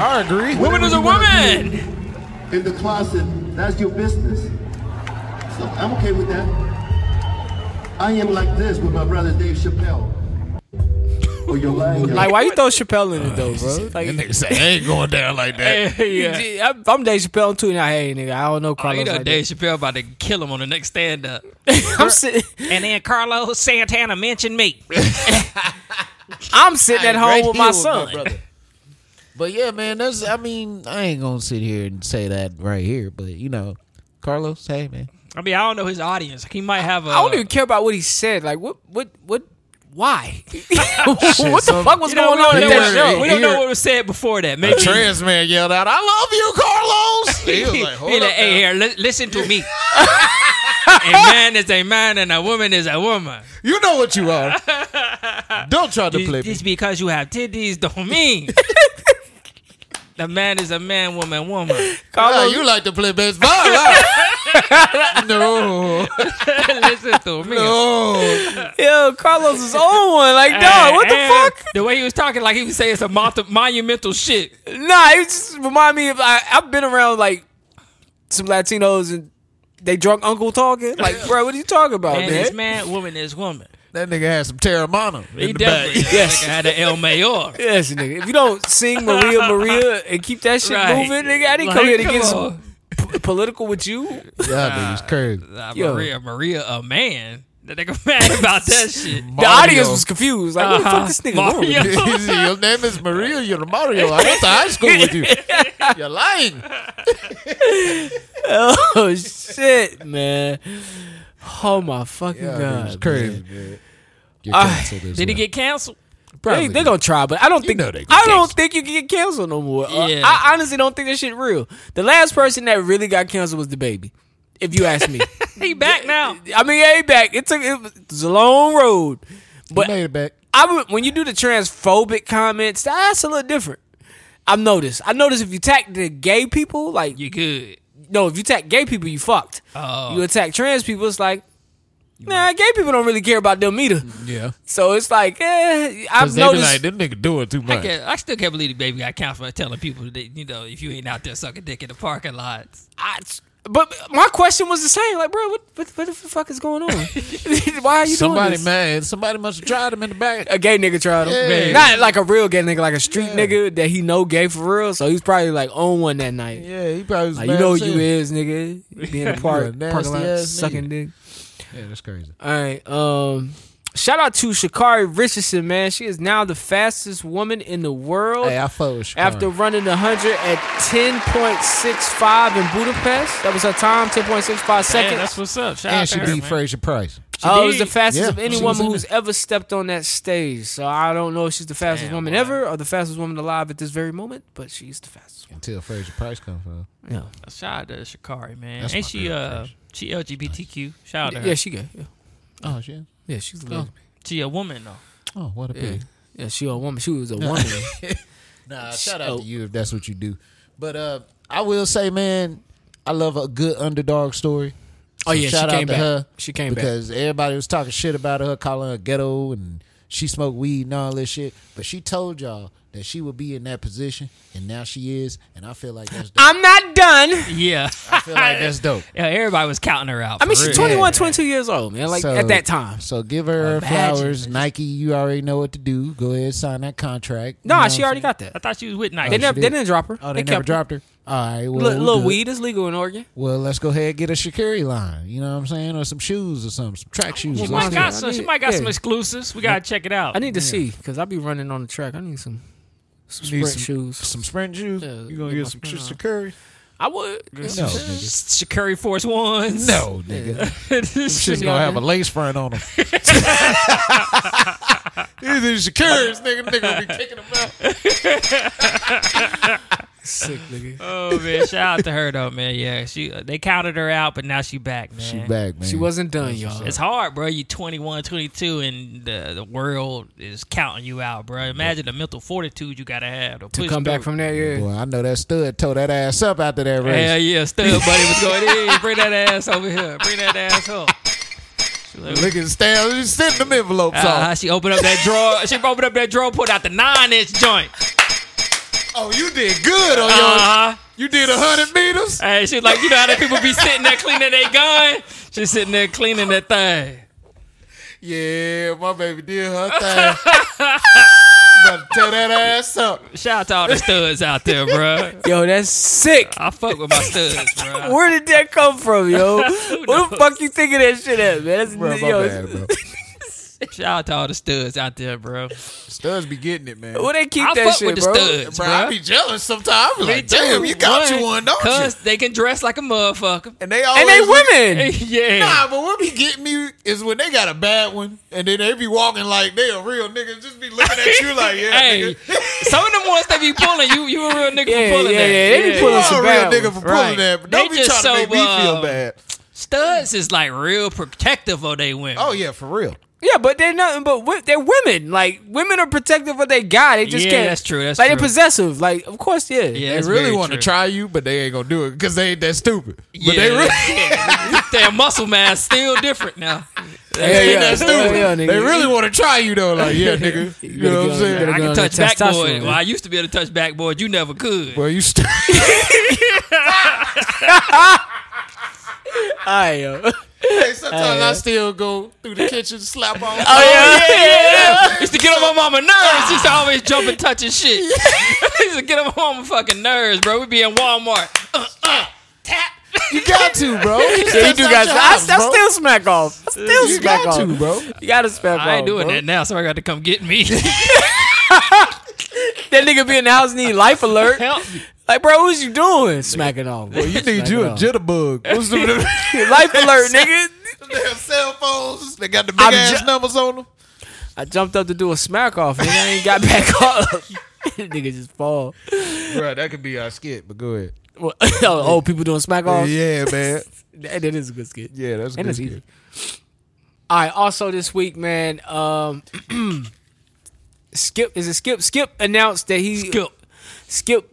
I agree. Woman is a woman. In the closet, that's your business. So I'm okay with that. I am like this with my brother Dave Chappelle. Or you're lying. you're Like, why you throw Chappelle in it Uh, though, bro? Like, Nigga say, I ain't going down like that. yeah. I'm- I'm Dave Chappelle too. Now, hey, nigga, I don't know Oh, Carlos. you know like Dave Chappelle about to kill him on the next stand up. that. I'm sitting, And then Carlos Santana mentioned me. I'm sitting at Great home with my heel, son. brother. But yeah, man, that's I mean, I ain't gonna sit here and say that right here, but you know, Carlos, hey man. I mean, I don't know his audience. He might have a. I don't even care about what he said. Like, what, what, what? Why? what the some- fuck was You know, going on at we don't, that were- show? know, we don't know what was said before that. Maybe trans man yelled out, "I love you, Carlos." He was like, He "Hold like, up, hey, now." here, li- listen to me. a man is a man and a woman is a woman. you know what you are. Don't try to play me." Just because you have titties don't mean the man is a man, woman, woman. Ah, you like to play baseball? huh? no, Oh. listen to me. no. Yo, Carlos is on one. Like, dog, And- what the and fuck? The way he was talking, like he was saying some mon- monumental shit. Nah, it just remind me of I, I've been around like some Latinos and they drunk uncle talking. Like, bro, what are you talking about, Man man? is man, woman is woman. That nigga had some Terramana in He the back. definitely yes. had an El Mayor. Yes, nigga. If you don't sing Maria Maria and keep that shit Right. moving, nigga, I didn't Like, come here to come get on. some p- political with you. Y'all niggas crazy. Nah, Yo. Maria, Maria, a man. That nigga mad about that shit. The audience was confused. Like, what the Uh-huh. fuck this nigga doing? Mario. He said, Your name is Maria. You're Mario. I went to high school with you. You're lying. Oh shit, man. Oh my fucking It's god. crazy, man. Get Ah, canceled as Did he well. get canceled? They, Probably they gonna try, but I don't think know they gonna I don't cancel. think you can get canceled no more. Uh, Yeah. I honestly don't think that shit real. The last person that really got canceled was the baby. If you ask me, He back now. I mean, yeah, he back. It took it was a long road, He but made it back. I would, when you do the transphobic comments, that's a little different. I've noticed. I noticed if you attack the gay people, like You good? no, if you attack gay people, you fucked. Oh. You attack trans people, it's like nah, gay people don't really care about them either. Yeah. So it's like, eh, Because I've they be noticed. like, this nigga doing too I, much. can't, I still can't believe the baby got canceled for telling people that you know if you ain't out there sucking dick in the parking lots. I, but my question was the same. Like, bro, what what, what the fuck is going on? Why are you doing Somebody, this? man, somebody must have tried him in the back. A gay nigga tried him. Yeah. Not like a real gay nigga, like a street nigga that he know gay for real. So he was probably like on one that night. Yeah, he probably was Like, you know who you is, nigga. Being in the a park, nasty parking lot, ass nigga. sucking dick. Yeah, that's crazy. All right. Um, shout out to Shakari Richardson, man. She is now the fastest woman in the world Hey, I fuck with Shakari. after running the 100 at 10.65 in Budapest. That was her time, 10.65 seconds. what's up. Shout and she beat Fraser Price. I was the fastest Yeah, of she anyone was in who's ever stepped on that stage. So I don't know if she's the fastest Damn, woman boy. ever or the fastest woman alive at this very moment, but she's the fastest one. Until Fraser Price comes from. Yeah. Shout out to Shakari, man. That's Ain't my she girl, uh Fresh. she LGBTQ? Shout out to her. Yeah, she gay. Yeah, Oh shit. yeah she's a Oh. lesbian. She a woman though. Oh, what a Yeah. pig. yeah, she a woman. She was a woman. Nah, shout out Oh. to you if that's what you do. But uh, I will say, man, I love a good underdog story. Oh, yeah, she shout out came to back. her. She came back. because everybody was talking shit about her, calling her ghetto, and she smoked weed and all this shit. But she told y'all that she would be in that position, and now she is. And I feel like that's dope. I'm not done. Yeah. I feel like that's dope. yeah, everybody was counting her out. I mean, for she's real. 21, 22 years old, man. Like So- at that time. So give her her Imagine. flowers, Nike. You already know what to do. Go ahead, sign that contract. No, You know she what already I'm got I that. thought she was with Nike. They never, she they did. didn't drop her. saying? Oh, they, never kept dropped her. All right, well, Little, we'll little do it. weed is legal in Oregon. Well, let's go ahead and get a Shakiri line. You know what I'm saying, or some shoes or something, some track shoes. She or my might something. God. got some. She might got Yeah. some exclusives. We gotta check it out. I need to see because I'll be running on the track. I need some some Need sprint shoes. some sprint shoes. Yeah, you gonna get get my some sprint on. Shakiri? I would. No, nigga. Shakari Force Ones. No, nigga. She's Shit, gonna y'all have a done. lace front on them. These are Shakiris, nigga. Nigga gonna be kicking them out. sick nigga. Oh man, shout out to her though, man. Yeah, she uh, they counted her out, but now she back, man. She back, man. She wasn't done, y'all. It's hard, bro. You 21, 22, and the, the world is counting you out, bro. Imagine the mental fortitude you gotta have to, to push come back through. from that, yeah. Boy, I know that stud tore that ass up after that race. Hell yeah, stud buddy was going in. Bring that ass over here. Bring that ass up. She like, Look at Stan. He's sending them envelopes Uh, Uh-huh. off. she opened up that drawer. She opened up that drawer, pulled out the nine inch joint. Oh, you did good on your. Uh huh. You did hundred meters. Hey, she like, you know how the people be sitting there cleaning their gun? She's sitting there cleaning that thing. Yeah, my baby did her thing. About to tear that ass up. Shout out to all the studs out there, bro. Yo, that's sick. I fuck with my studs, bro. Where did that come from, yo? What the fuck you thinking that shit at, man? That's, Bro, my yo, bad, bro. Shout out to all the studs out there, bro. Studs be getting it, man. Where they keep I that fuck shit, with the bro? studs, Bro, bro. I be jealous sometimes. I be Me like, too. damn, you got you one, don't you? Cause they can dress like a motherfucker. And they always And they look- women. yeah. Nah, but what be getting me is when they got a bad one, and then they be walking like they a real nigga, just be looking at you like, yeah, hey, nigga. some of them ones they be pulling, you you a real nigga Yeah, for pulling yeah, that. yeah, they be You pulling are some a bad real nigga ones, for pulling right. that, but They don't be just trying to make so, me uh, feel bad. Studs is like real protective of they women. Oh yeah, for real. Yeah, but they're nothing but wo- they're women. Like women are protective of their guy. They just Yeah, can't. that's true, that's like they're true. possessive. Like of course, yeah. Yeah, They that's really very want to true. try you, but they ain't gonna do it because they ain't that stupid. But yeah, they really. yeah. their muscle mass still different now. yeah, They ain't yeah, that stupid. yeah, yeah, nigga. they really want to try you though. Like, yeah, nigga. You, better know what I'm get on- you better saying? get I on can that touch backboard. testosterone. Well, I used to be able to touch backboard. You never could. Well, you st- All right, yo. Oh Hey, sometimes I still go through the kitchen, slap on. yeah, yeah, used to get on my mama nerves. She used to always jump and touch and shit. used to get on my mama fucking nerves, bro. We be in Walmart. Uh, uh, tap. You got to, bro. you do guys. I, I still smack off. I still You smack got off. to, bro. You gotta smack off. I ain't doing bro. that now, so I got to come get me. That nigga be in the house need life alert. Help Like, bro, what you doing? Smacking off. Bro. You need you a jitterbug. What's the life alert, nigga. They have cell phones. They got the big I'm ass ju- numbers on them. I jumped up to do a smack off, nigga. I ain't got back up. nigga just fall. Bro, that could be our skit, but go ahead. Well, old people doing smack off. Oh, Yeah, man. That, that is a good skit. Yeah, that's And good. it's skit. easy. All right. Also, this week, man, um, Skip is it Skip? Skip announced that he Skip. Skip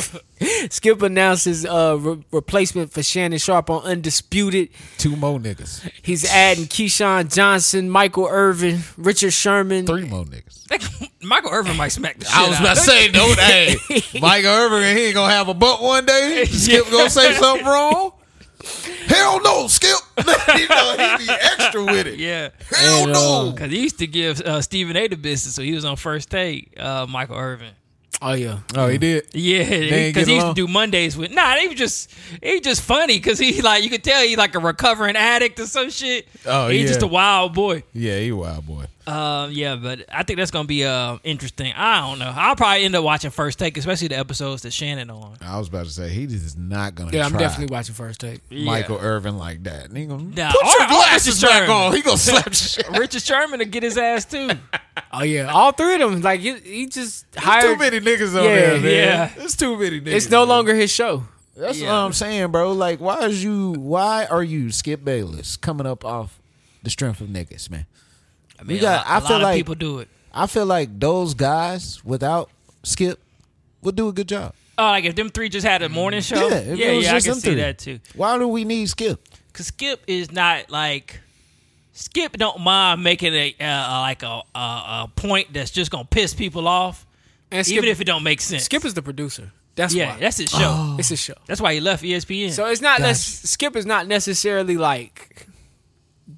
Skip announces uh re- replacement for Shannon Sharp on Undisputed. Two more niggas. He's adding Keyshawn Johnson, Michael Irvin, Richard Sherman. Three more niggas. Michael Irvin might smack the shit I was out. about to say, no, hey, Mike Irvin, he ain't gonna have a butt one day. Skip gonna say something wrong. Hell no, Skip. you know, he be extra with it. Yeah. Hell And, uh, no. Because he used to give uh, Stephen A the business, so he was on first take, uh, Michael Irvin. Oh yeah. Oh, he did. Yeah, ain't get because he used to along? do Mondays with. Nah, he was just he was just funny because he like you could tell he like a recovering addict or some shit. Oh, he's yeah. just a wild boy. Yeah, he wild boy. Um, yeah, but I think that's gonna be uh interesting. I don't know. I'll probably end up watching First Take, especially the episodes that Shannon on. I was about to say he is not gonna. Yeah, I'm try definitely watching first take. Michael Irvin like that. He gonna, Nah, Put or- your or glasses Richard back Sherman. on. He gonna slap shit. Richard Sherman to get his ass too. Oh yeah, all three of them. Like he, he just Too hired. many niggas on Yeah, there, man. yeah. It's too many niggas. It's no longer his show. That's what I'm saying, bro. Like, why is you? Why are you Skip Bayless coming up off the strength of niggas, man? I mean, got- a, I a feel lot like- of people do it. I feel like those guys without Skip would do a good job. Oh, like if them three just had a morning show. Yeah, if yeah, it was yeah I just can them see three. that too. Why do we need Skip? Cause Skip is not like Skip don't mind making a uh, uh, like a, a a point that's just gonna piss people off, And Skip, even if it don't make sense. Skip is the producer. That's yeah, why. that's his show. Oh. it's a show. That's why he left E ESPN. Oh. So it's not. nec- Skip is not necessarily like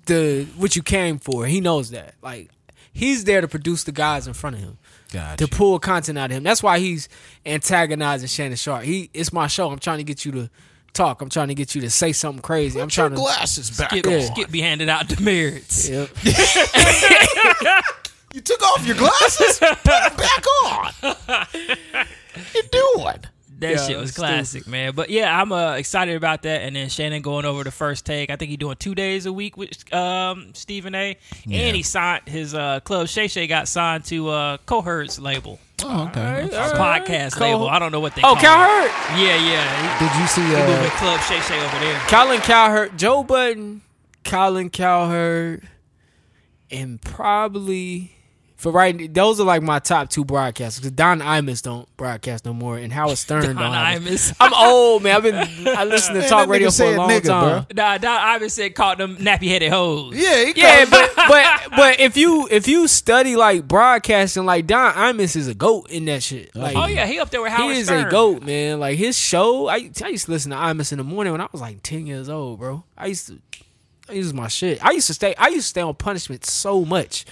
the what you came for. He knows that. Like he's there to produce the guys in front of him. Gotcha. to pull content out of him. That's why he's antagonizing Shannon Sharp. He, it's my show. I'm trying to get you to talk. I'm trying to get you to say something crazy. I'm your trying to. glasses back Skip, on. Skip be handing out the merits. Yep. You took off your glasses. Put them back on. you doing? That Yeah, shit was it's classic, man. But yeah, I'm uh, excited about that. And then Shannon going over the first take. I think he's doing two days a week with um, Stephen A. And he signed his uh, club Shay Shay got signed to uh, Cohert's label, Oh, okay. podcast label. I don't know what they. Oh, call it. Cowherd, Yeah, yeah. Did you see? He, he moving Uh, club Shay Shay over there. Colin Cowherd, Joe Button, Colin Cowherd, and probably for right. Those are like my top two broadcasters. Because Don Imus don't broadcast no more, and Howard Stern don't. Don have it. Imus. I'm old man. I've been I listened to Man, talk that radio nigga for a said long nigga, time. bruh. Nah, Don Imus said caught them nappy headed hoes. yeah, he Yeah, called- but but but if you if you study like broadcasting, like Don Imus is a goat in that shit. Like, Oh yeah, he up there with he Howard is Stern. a goat, man. Like his show, I, I used to listen to Imus in the morning when I was like ten years old, bro. I used to. I used my shit. I used to stay. I used to stay on punishment so much.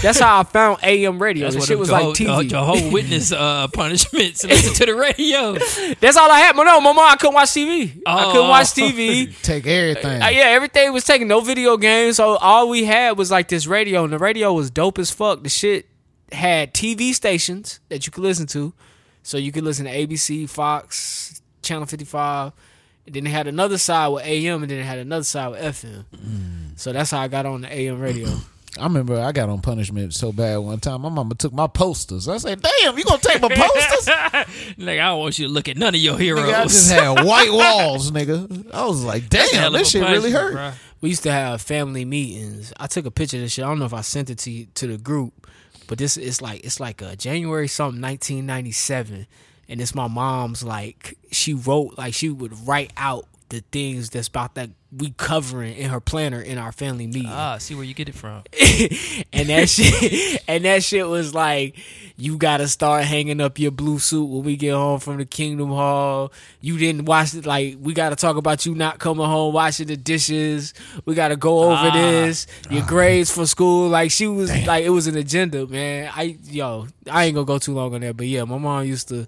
That's how I found AM radio. That's That what shit was like TV. Your whole witness uh, punishments. Listen to the radio. That's all I had. But no, my mom, I couldn't watch TV. I Oh. couldn't watch TV. take everything. Uh, yeah, everything was taken. No video games. So all we had was like this radio, and the radio was dope as fuck. The shit had TV stations that you could listen to. So you could listen to ABC, Fox, Channel 55. And then they had another side with AM, and then they had another side with FM. So that's how I got on the AM radio. I remember I got on punishment so bad one time. My mama took my posters. I said, "Damn, you gonna take my posters?" Like I don't want you to look at none of your heroes. Nigga, I just had white walls, nigga. I was like, Hell "Damn, of a this shit really punishment, hurt." bruh. we used to have family meetings. I took a picture of this shit. I don't know if I sent it to you, to the group, but this it's like it's like a January something 1997, and it's my mom's like she wrote like she would write out the things that's about that we covering in her planner in our family meeting. Ah, see where you get it from. and that shit and that shit was like you gotta start hanging up your blue suit when we get home from the kingdom hall you didn't watch it like we gotta talk about you not coming home washing the dishes we gotta go over this your grades for school like she was like it was an agenda man i yo i ain't gonna go too long on that but yeah my mom used to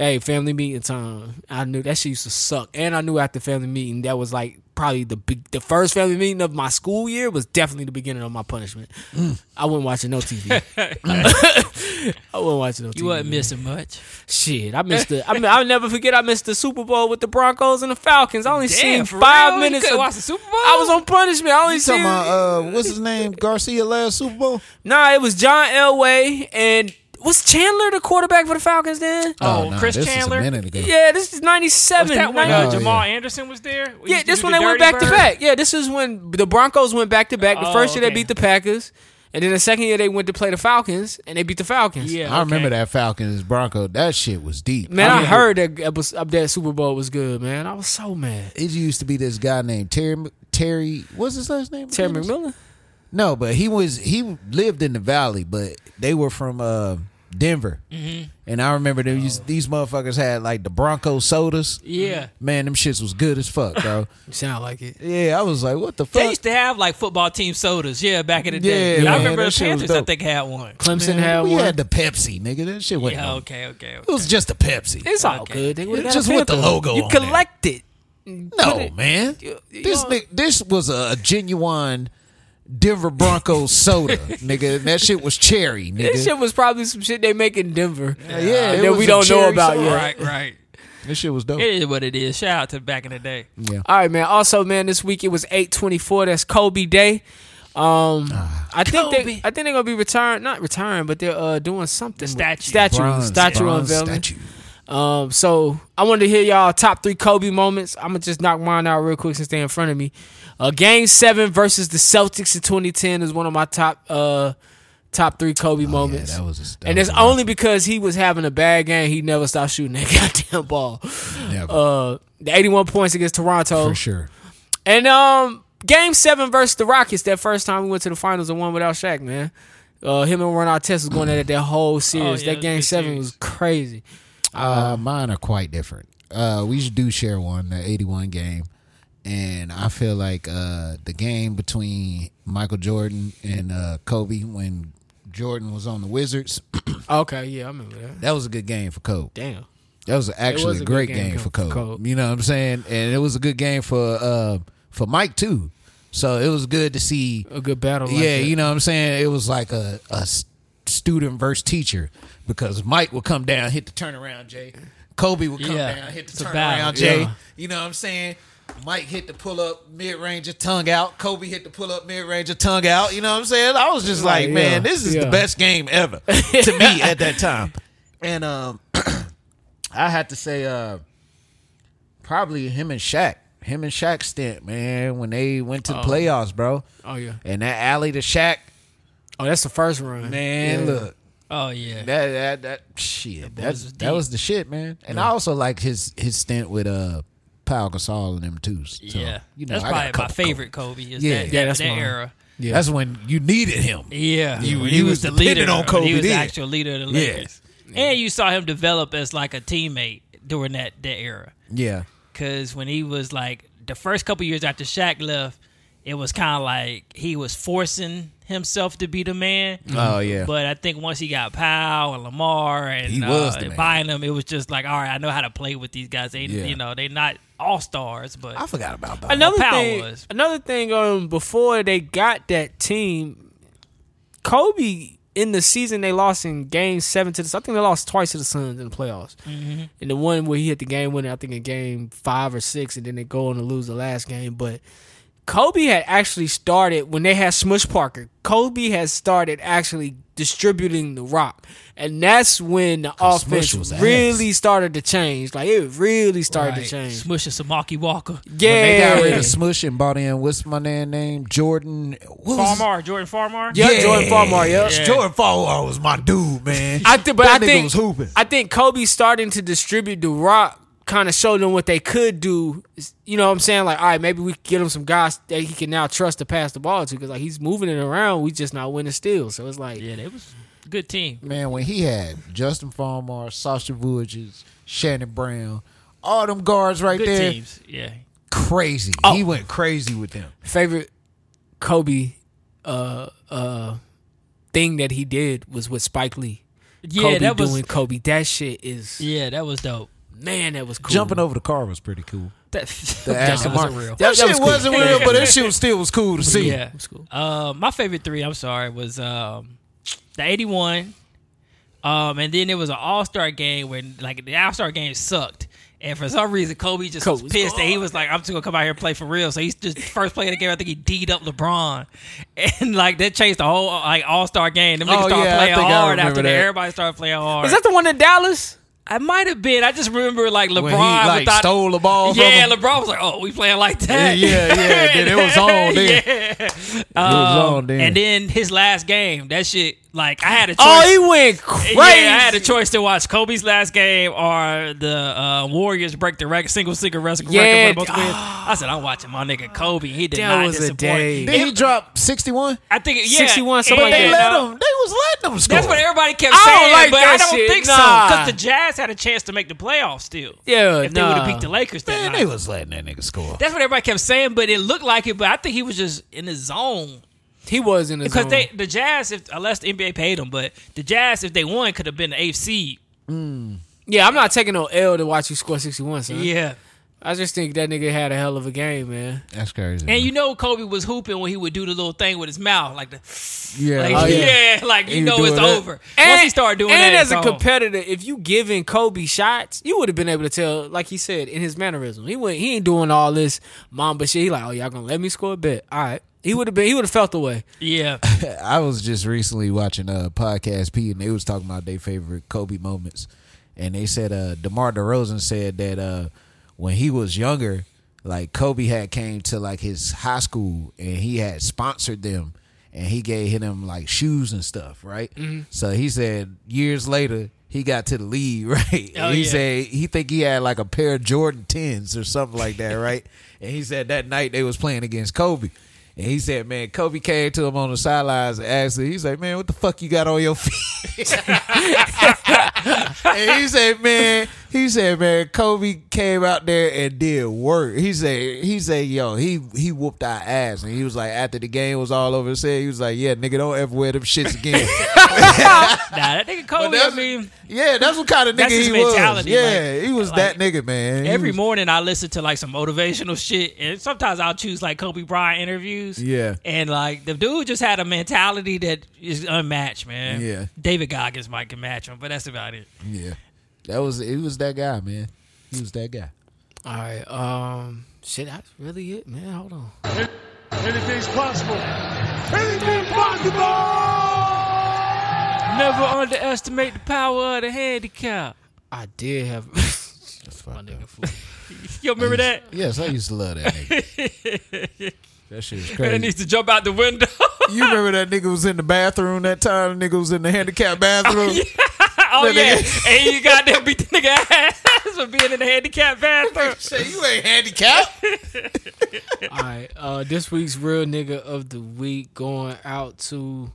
Hey, family meeting time. I knew that shit used to suck, and I knew after family meeting that was like probably the big, the first family meeting of my school year was definitely the beginning of my punishment. Mm. I wasn't watching no TV. I wasn't watching no TV. You wasn't man. missing much. Shit, I missed the. I mean, I'll never forget. I missed the Super Bowl with the Broncos and the Falcons. I only seen Damn, for five real? minutes. You of- could watch the Super Bowl. I was on punishment. I only You seen. talking about uh, what's his name? Garcia last Super Bowl. nah, it was John Elway and was Chandler the quarterback for the Falcons then? Oh, Chris this Chandler? Is a minute ago. Yeah, this is ninety Was seven. that when Oh, uh, yeah. Jamal Anderson was there? We Yeah, used to this do when the they went Dirty back to Bird? back. Yeah, this is when the Broncos went back to back. The Oh, first year they okay. beat the Packers, and then the second year they went to play the Falcons, and they beat the Falcons. Yeah, I remember okay. that Falcons Bronco. That shit was deep. Man, I mean, heard that episode, of that Super Bowl was good, man. I was so mad. it used to be this guy named Terry. Mc- Terry, what's his last name? Terry again? McMillan? No, but he was he lived in the valley, but they were from uh, Denver. And I remember there used, these motherfuckers had like the Bronco sodas. Yeah. Man, them shits was good as fuck, bro. Sound like it. yeah, I was like, what the They fuck? used to have like football team sodas, yeah, back in the Yeah, day. I man, remember that the shit was Panthers, I dope. think, had one. Clemson had we one. had the Pepsi, nigga. That shit went. Yeah, on. okay, okay, okay. It was just a Pepsi. It's all Okay. good. They would've It's got a just with the Panther. logo You on there. collect it. No, man. this you ni- this was a genuine Denver Broncos soda, nigga. And that shit was cherry, nigga. This shit was probably some shit they make in Denver. yeah, it that was we a don't know cherry about soda. yet. Right, right. This shit was dope. It is what it is. Shout out to back in the day. All right, man. Also, man, this week it was eight twenty four. That's Kobe Day. Um, Ah. I think they, I think they're gonna be retiring, not retiring, but they're uh doing something. with- statue. statue, Bronze- statue bronze unveiling. statue. Um, so I wanted to hear y'all top three Kobe moments. I'm gonna just knock mine out real quick since they're in front of me. Uh, Game seven versus the Celtics in 2010 is one of my top uh top three Kobe moments. Oh, that was a- that and was it's a- only because he was having a bad game. He never stopped shooting that goddamn ball. Never. Uh, the 81 points against Toronto for sure. and um, Game Seven versus the Rockets. That first time we went to the finals and won without Shaq, man. Uh, him and Ron Artest was going at it that whole series. Oh, yeah, it that was Game good Seven series. was crazy. Uh, mine are quite different. Uh, we do share one, the 81 game. And I feel like uh, the game between Michael Jordan and uh, Kobe when Jordan was on the Wizards, Okay, yeah, I remember that. that was a good game for Kobe. Damn. That was actually was a a great good game, game for for Kobe. Kobe. You know what I'm saying? And it was a good game for uh, for Mike too. So it was good to see. A good battle. Like yeah, that. you know what I'm saying? It was like a, a s- student versus teacher because Mike would come down, hit the turnaround, Jay. Kobe would come Yeah, down, hit it's the a turnaround, battle, Jay. yeah. You know what I'm saying? Mike hit the pull up mid ranger tongue out. Kobe hit the pull up mid ranger tongue out. You know what I'm saying? I was just like, Right, man, yeah, this is the yeah. best game ever to me at that time. And um, I had to say, uh, probably him and Shaq, him and Shaq stint, man, when they went to the playoffs, bro. Oh yeah. And that alley to Shaq, Oh, that's the first run. man, Yeah. look. Oh yeah. That that that shit. That, was that was the shit, man. And I also like his his stint with uh Pau Gasol and them too. So, yeah. you know, that's I got a probably my couple favorite Kobe. Is Yeah, that, yeah, that, that's that mine. era. Kobe. That's when you needed him. Yeah, You- When you was dependent on when He Kobe was the then. actual leader of the Yeah. Lakers, and you saw him develop as like a teammate during that that era. Yeah, Because when he was like the first couple years after Shaq left, it was kind of like he was forcing himself to be the man. Oh, yeah. But I think once he got Powell and Lamar and He uh, was the man. buying them, it was just like, all right, I know how to play with these guys. They, Yeah. you know, they're not all stars, but I forgot about that. Another Powell thing. was. Another thing. Um, before they got that team, Kobe in the season they lost in Game Seven to the. I think they lost twice to the Suns in the playoffs. Mm-hmm. And the one where he hit the game winner, I think in Game Five or Six, and then they go on to lose the last game, but. Kobe had actually started when they had Smush Parker. Kobe had started actually distributing the rock, and that's when the Smush offense was ass. really started to change. Like it really started Right. to change. Smushing some Milwaukee Walker. Yeah, When they got rid of Smush and brought in what's my man name Jordan. What was his- Farmar, Jordan Farmar. Yeah, Jordan Farmar, yeah. Jordan Farmar was my dude, man. I think, but That I nigga think was hooping. I think Kobe starting to distribute the rock kind of showed them what they could do. You know what I'm saying? Like, all right, maybe we can get him some guys that he can now trust to pass the ball to because like he's moving it around. We just not winning still, so it's like Yeah, they was a good team. Man, when he had Justin Farmar, Sasha Vujic, Shannon Brown, all them guards right Good there, teams. Yeah. crazy. He went crazy with them. favorite Kobe uh uh thing that he did was with Spike Lee. Yeah, Kobe that was doing Kobe. That shit is Yeah, that was dope. man, that was cool. Jumping over the car was pretty cool. That, That that Aston was Martin. real. That, that shit was cool. was not real, but that shit was still was cool to see. Yeah, was cool. Uh, my favorite three, I'm sorry, was um, the '81, um, and then it was an All Star game when like the All Star game sucked, and for some reason Kobe just was Kobe pissed that he was like, "I'm just gonna come out here and play for real." So he's just first play of the game. I think he D'd up LeBron, and like that changed the whole like All Star game. Them niggas Oh, started yeah, I playing think I hard remember after that. that. Everybody started playing hard. Is that the one in Dallas? I might have been. I just remember like LeBron When he like without- stole the ball from Yeah, him. LeBron was like, "Oh, we playing like Yeah, that." yeah, yeah. Then it was on then. It was on then. Um, And then his last game, that shit, like I had a choice. Oh, he went crazy. yeah, I had a choice to watch Kobe's last game or the uh, Warriors break the record, single single rec- Yeah. record for the most wins. I said, I'm watching my nigga Kobe. He did That not was a disappoint. day. Then he dropped 61. I think yeah, 61, and- something But like they Yeah, let him. They was Beckham score. That's what everybody kept I don't saying, like but that I don't shit. think Nah. so. Because the Jazz had a chance to make the playoffs still. Yeah, if they would nah. have beat the Lakers that Man, night. they was letting that nigga score. That's what everybody kept saying, but it looked like it. But I think he was just in his zone He was in his because zone. they the Jazz, if unless the NBA paid them, but the Jazz, if they won, could have been the eighth seed. yeah, I'm not taking no L to watch you score 61, son. Yeah, I just think that nigga had a hell of a game, man. That's crazy. and you know Kobe was hooping when he would do the little thing with his mouth, like the yeah, like, oh, yeah. like you He know doing it's that. over once he started doing and that. as a it's on. competitor, if you giving Kobe shots, you would have been able to tell, like he said, in his mannerism. He went, he ain't doing all this mamba shit. He like, oh y'all gonna let me score a bit? All right, he would have been, he would have felt the way. yeah, I was just recently watching a podcast P and they was talking about their favorite Kobe moments, and they said uh DeMar DeRozan said that uh when he was younger, like Kobe had came to like his high school and he had sponsored them and he gave them like shoes and stuff, right? Mm-hmm. So he said years later. He got to the league, right? Oh, And he yeah. said he think he had like a pair of Jordan tens or something like that, right? and he said that night they was playing against Kobe. And he said, man, Kobe came to him on the sidelines and asked him, he's like, man, what the fuck you got on your feet? and he said, man, he said, man, Kobe came out there and did work. He said, he said, yo, he he whooped our ass. And he was like, after the game was all over, said he was like, yeah, nigga, don't ever wear them shits again. nah, that nigga Kobe. I that's- mean, yeah, that's what kind of nigga That's his he mentality, was. Yeah, like- he was that nigga, man. He every was- morning I listen to like some motivational shit, and sometimes I'll choose like Kobe Bryant interviews. Yeah. and like the dude just had a mentality that is unmatched, man. Yeah. David Goggins might can match him, but that's about it. Yeah, that was he was that guy, man. He was that guy. All right, um, shit, that's really it, man. Hold on. Never underestimate the power of the handicap. I did have. That's fucked up. You remember that? Yes, I used to love that nigga. that shit was Man, it crazy. needs to jump out the window. Oh, You remember that nigga was in the bathroom that time? The nigga was in the handicapped bathroom. oh That yeah, nigga- and you goddamn beat the nigga ass for being in the handicap bathroom. Say you ain't handicapped. All right, uh, this week's real nigga of the week going out to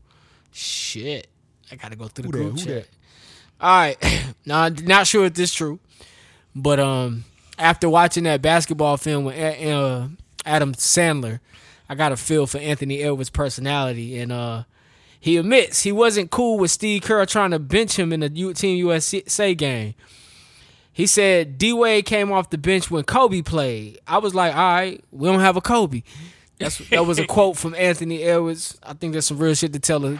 shit. I gotta go through the Who that? group Who chat. All right, now not sure if this true, but um, after watching that basketball film with A- uh, Adam Sandler, I got a feel for Anthony Edwards' personality, and uh, he admits he wasn't cool with Steve Kerr trying to bench him in the U- Team USA game. He said D Wade came off the bench when Kobe played. I was like, all right, we don't have a Kobe. That's that was a quote from Anthony Edwards. I think that's some real shit to tell a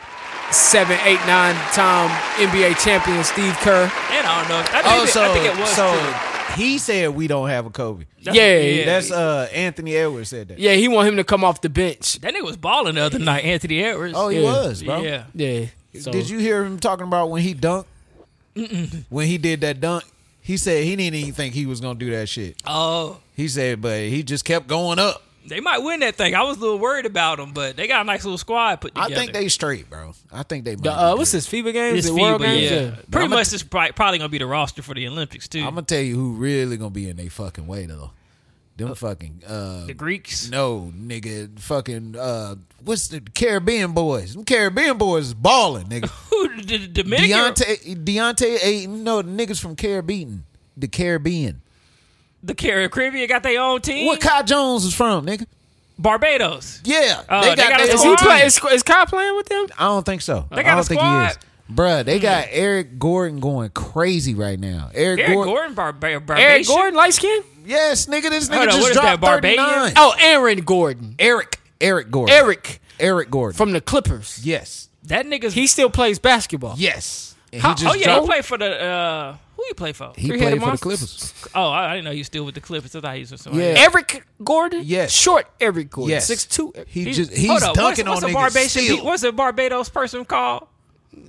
seven, eight, nine time NBA champion Steve Kerr. And I don't know. I think, Oh, so, I think it was. so true. he said we don't have a Kobe. yeah, yeah. That's uh Anthony Edwards said that. yeah, he want him to come off the bench. That nigga was balling the other night, Anthony Edwards. Oh, he Yeah. was, bro. yeah. Yeah. So, Did you hear him talking about when he dunked? When he did that dunk, he said he didn't even think he was gonna do that shit. Oh, He said, but he just kept going up. they might win that thing. I was a little worried about them, but they got a nice little squad put I together. think they straight, bro. I think they. The, uh, what's this FIBA games? This The World FIBA, games? yeah. Yeah. Pretty much, this probably, probably gonna be the roster for the Olympics too. I'm gonna tell you who really gonna be in they fucking way though. Them fucking uh, the Greeks. no nigga, fucking uh, what's the Caribbean boys? Them Caribbean boys is balling, nigga. Who the, the Dominican? Deontay, Deontay Ayton, no the niggas from Caribbean, the Caribbean. The Car- Caribbean got their own team. What Kai Jones is from, nigga? Barbados. Yeah, Oh, they got a their Is own he squad? play? team. Is, is Kai playing with them? I don't think so. They I got a don't think he is. squad? Hmm. Bruh, they got Eric Gordon going crazy right now. Eric, Eric Gordon, Gordon, Bar- Bar- Eric Barbados. Gordon, light skin? yes, nigga, this nigga Hold on, what just is that, dropped Barbadian? 39. Oh, Aaron Gordon. Eric, Eric Gordon, Eric Eric Gordon from the Clippers. Yes. That nigga's. He still plays basketball. Yes. And How- oh yeah, he dropped- played for the. Uh, who he played for? he played for Three-headed the monster? Clippers. Oh, I, I didn't know he was still with the Clippers. I thought he was with somebody. Yeah. else. Eric Gordon? Yes. Short Eric Gordon. Yes. Six two. He, He- just he's hold up, dunking what's, on niggas. what's A Barbados, still. what's a Barbados person called?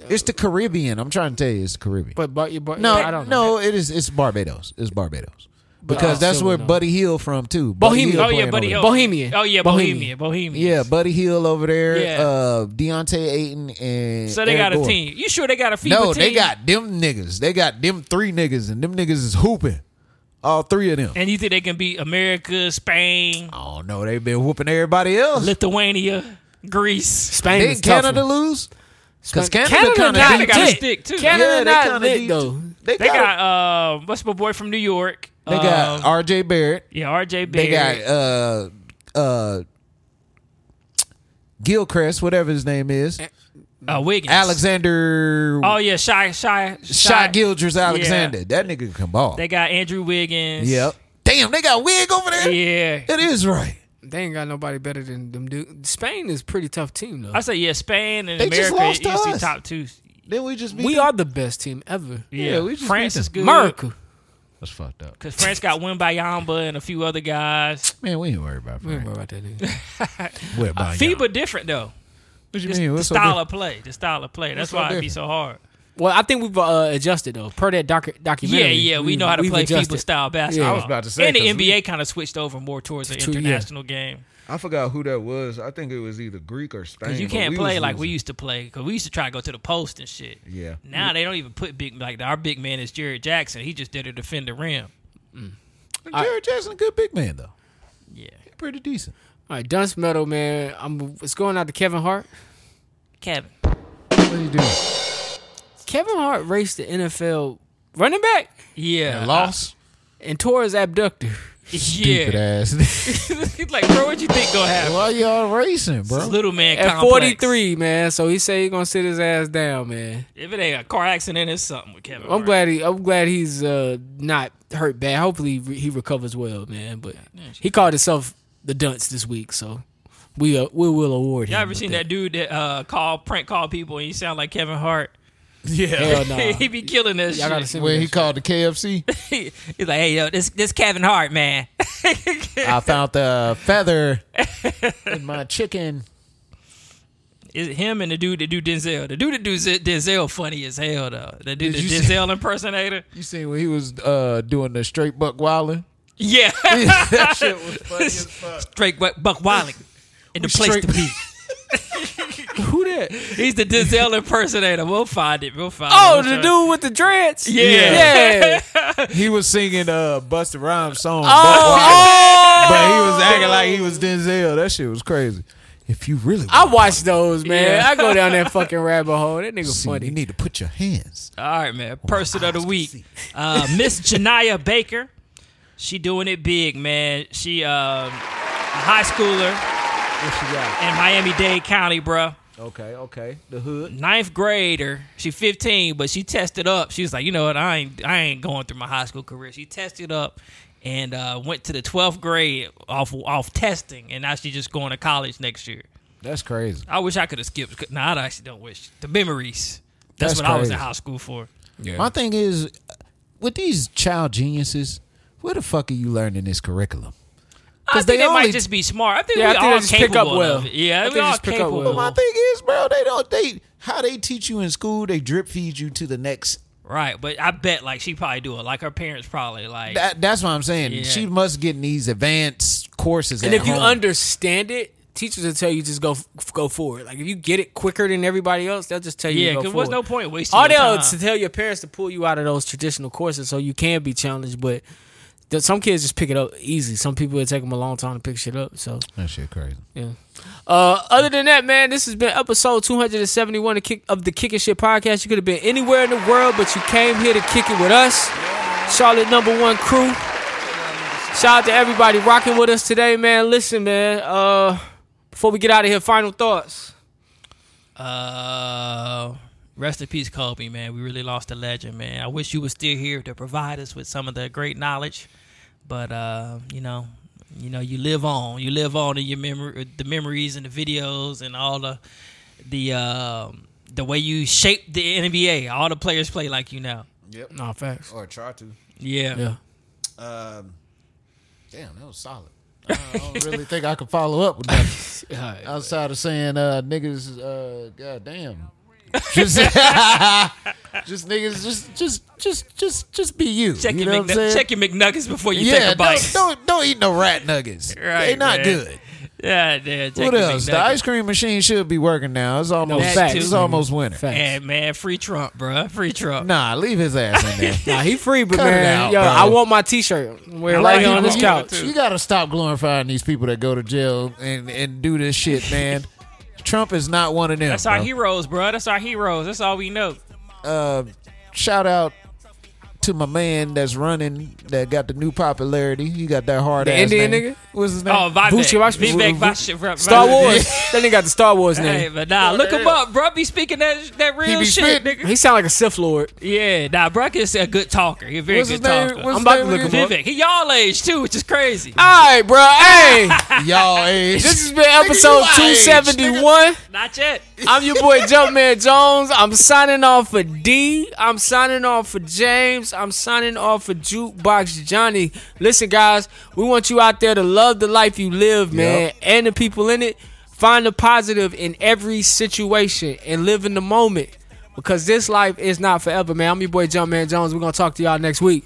It's the Caribbean. I'm trying to tell you, it's the Caribbean. But, but, but no, I don't know. no, it is. It's Barbados. It's Barbados I because that's still where don't know. Buddy Hill from too. Bohemian. Buddy Hill Oh yeah, playing over Buddy Hill. there. Bohemian. Oh yeah, Bohemian. Bohemian. Bohemian. Yeah, Buddy Hill over there. Yeah. Uh, Deontay Ayton and So they Eric got a Gordon. team. You sure they got a FIBA No, team? they got them niggas. They got them three niggas, and them niggas is hooping. All three of them. And you think they can beat America, Spain, Oh no, they've been whooping everybody else. Lithuania, Greece? Spain Didn't is tough. Canada one. lose? Because Canada, Canada kind not of got gotta lit. stick too. Canada Yeah, they not kinda lit deep. though. They, They got, got uh, what's my boy from New York? they got um, R.J. Barrett. yeah, RJ They Barrett. got uh uh Gilchrist, whatever his name is, uh, Wiggins. Alexander. Oh yeah, shy, shy, shy. Shot Gilders Alexander. That nigga can ball. They got Andrew Wiggins. yep. Damn, they got wig over there. Yeah. It is right. They ain't got nobody better than them. Dude, Spain is a pretty tough team though. I say yeah. Spain and They just America lost to used to be us. top two. Then we just beat we them. are the best team ever. Yeah, we just France beat is good. America. That's fucked up. Because France got win by Yamba and a few other guys. Man, we ain't worried about We ain't Frank. worried about that nigga. Worry about y'all. Uh, FIBA different though. What you Just mean? the What's so style different? of play. The style of play. That's so why it'd be so hard. well, I think we've uh, adjusted though. Per that docu- Yeah, documentary. yeah, we we've- know how to we've play adjusted. FIBA style basketball. Yeah. I was about to say, and the 'cause NBA kind of switched over more towards the To- yeah. international game I forgot who that was. I think it was either Greek or Spain. because you but can't we play was like we losing. used to play because we used to try to go to the post and shit. Yeah. Now they don't even put big like our big man is Jared Jackson. He just did to defend the rim. Jared Jackson, a good big man though. Yeah, Pretty decent. All right, Dunce Metal, man. I'm, it's going out to Kevin Hart. Kevin. What are you doing? Kevin Hart raced the NFL running back Yeah, Lost. and tore his abductor. Stupid Yeah, ass. he's like, bro, what you think gonna happen? Why y'all racing, bro? Little man At complex. 43, man. So he said he's gonna sit his ass down, man. If it ain't a car accident, it's something with Kevin. I'm Hart. glad he. I'm glad he's uh, not hurt bad. Hopefully re- he recovers well, man. But he called himself the Dunce this week, so we uh, we will award him. Y'all ever with seen that dude that uh, call prank call people and he sound like Kevin Hart? Hell no. he be killing this. Y'all gotta shit. send me When he that shit. called the KFC, He's like, hey yo, this this Kevin Hart man. I found the feather in my chicken. It's him and the dude that do Denzel. The dude that do Z- Denzel funny as hell though. The dude, Did the you see- Denzel impersonator. You seen when he was uh, doing the straight buck wilding? Yeah, that shit was funny as fuck. straight Buck, Buck Wiley in the place straight- to be. Who that? He's the Denzel impersonator. We'll find it. We'll find Oh, it. the dude with the dreads. Yeah. yeah. He was singing uh Busta Rhymes song, oh, but, but he was acting like he was Denzel. That shit was crazy. If you really I watch those, man. Yeah. I go down that fucking rabbit hole. That nigga see, funny. you need to put your hands. All right, man. Person of the week, uh, Miss Janaya Baker. She doing it big, man. She um, a high schooler in Miami Dade County, bruh. Okay, okay. The hood. Ninth grader. She 15, but she tested up. She was like, you know what? I ain't I ain't going through my high school career. She tested up and uh, went to the 12th grade off off testing, and now she's just going to college next year. That's crazy. I wish I could have skipped. Nah, I actually don't wish the memories. That's, That's what I was in crazy. high school for. My thing is, with these child geniuses, where the fuck are you learning this curriculum? I 'Cause think they, they might only- just be smart. I think Yeah, I we think they all just pick up capable well. of it. I Yeah, think we they all just pick up capable. well. of My it. thing is, bro, they don't they how they teach you in school, they drip feed you to the next Right, but I bet like she probably do it. Like her parents probably like. that, that's what I'm saying. Yeah. She must get in these advanced courses. And at if you home. understand it, teachers will tell you just go f- go forward. Like if you get it quicker than everybody else, they'll just tell you. to yeah, go because what's no forward. point wasting All all they'll your to time. tell your parents to pull you out of those traditional courses so you can be challenged, but. th- Some kids just pick it up easy. Some people it take them a long time to pick shit up. So that shit crazy. yeah. Uh, other than that, man, this has been episode 271 of, kick, of the Kicking Shit podcast. You could have been anywhere in the world, but you came here to kick it with us, Charlotte Number One Crew. Shout out to everybody rocking with us today, man. Listen, man. Uh, before we get out of here, final thoughts. Uh, rest in peace, Kobe. Man, we really lost a legend. Man, I wish you were still here to provide us with some of the great knowledge, but uh, you know, you know, you live on. You live on in your memory, the memories and the videos and all the the um the way you shaped the NBA. All the players play like you now. No facts. Or try to. Yeah. Yeah. Damn, that was solid. I I don't really think I could follow up with that outside of saying uh, niggas. Uh, God damn, just, just niggas, just just just just just be you. Check, you know your what I'm saying? McNu- check your McNuggets before you yeah, take a bite. Don't, don't don't eat no rat nuggets. Right, they not man. good. Yeah, yeah, check what your else? The McNuggets. ice cream machine should be working now. It's almost facts, it's nigga. almost winter. Facts. And man, free Trump, bruh. Free Trump. Nah, leave his ass in there. Nah, he free, but Cut it man, out, yo, bro. I want my T-shirt. Wear it like right here it on when this you, couch. You gotta stop glorifying these people that go to jail and and do this shit, man. Trump is not one of them. That's bro. our heroes, bro. That's our heroes. That's all we know. Uh, shout out to my man that's running that got the new popularity. He got that hard The ass Indian name. nigga? What's his name? Oh, Vivek. Vuce, watch- Vivek Vu- Vash- Star Vivek. Wars. that nigga got the Star Wars Hey, name. but nah, look him up, bro. Be speaking that that real be shit, spitting. nigga. He sound like a Sith Lord. Yeah, nah, bro is a good talker. He's a very What's his good name? talker. What's I'm about his to name look again? Ah! him Vivek, he y'all age too, which is crazy. All right, bro. Hey, Y'all age. this has been episode you my age, 271. Not yet. I'm your boy Jumpman Jones. I'm signing off for D. I'm signing off for James. I'm signing off for Jukebox Johnny. Listen, guys, we want you out there to love the life you live, man, and the people in it. Find the positive in every situation and live in the moment because this life is not forever, man. I'm your boy Jumpman Jones. We're going to talk to y'all next week.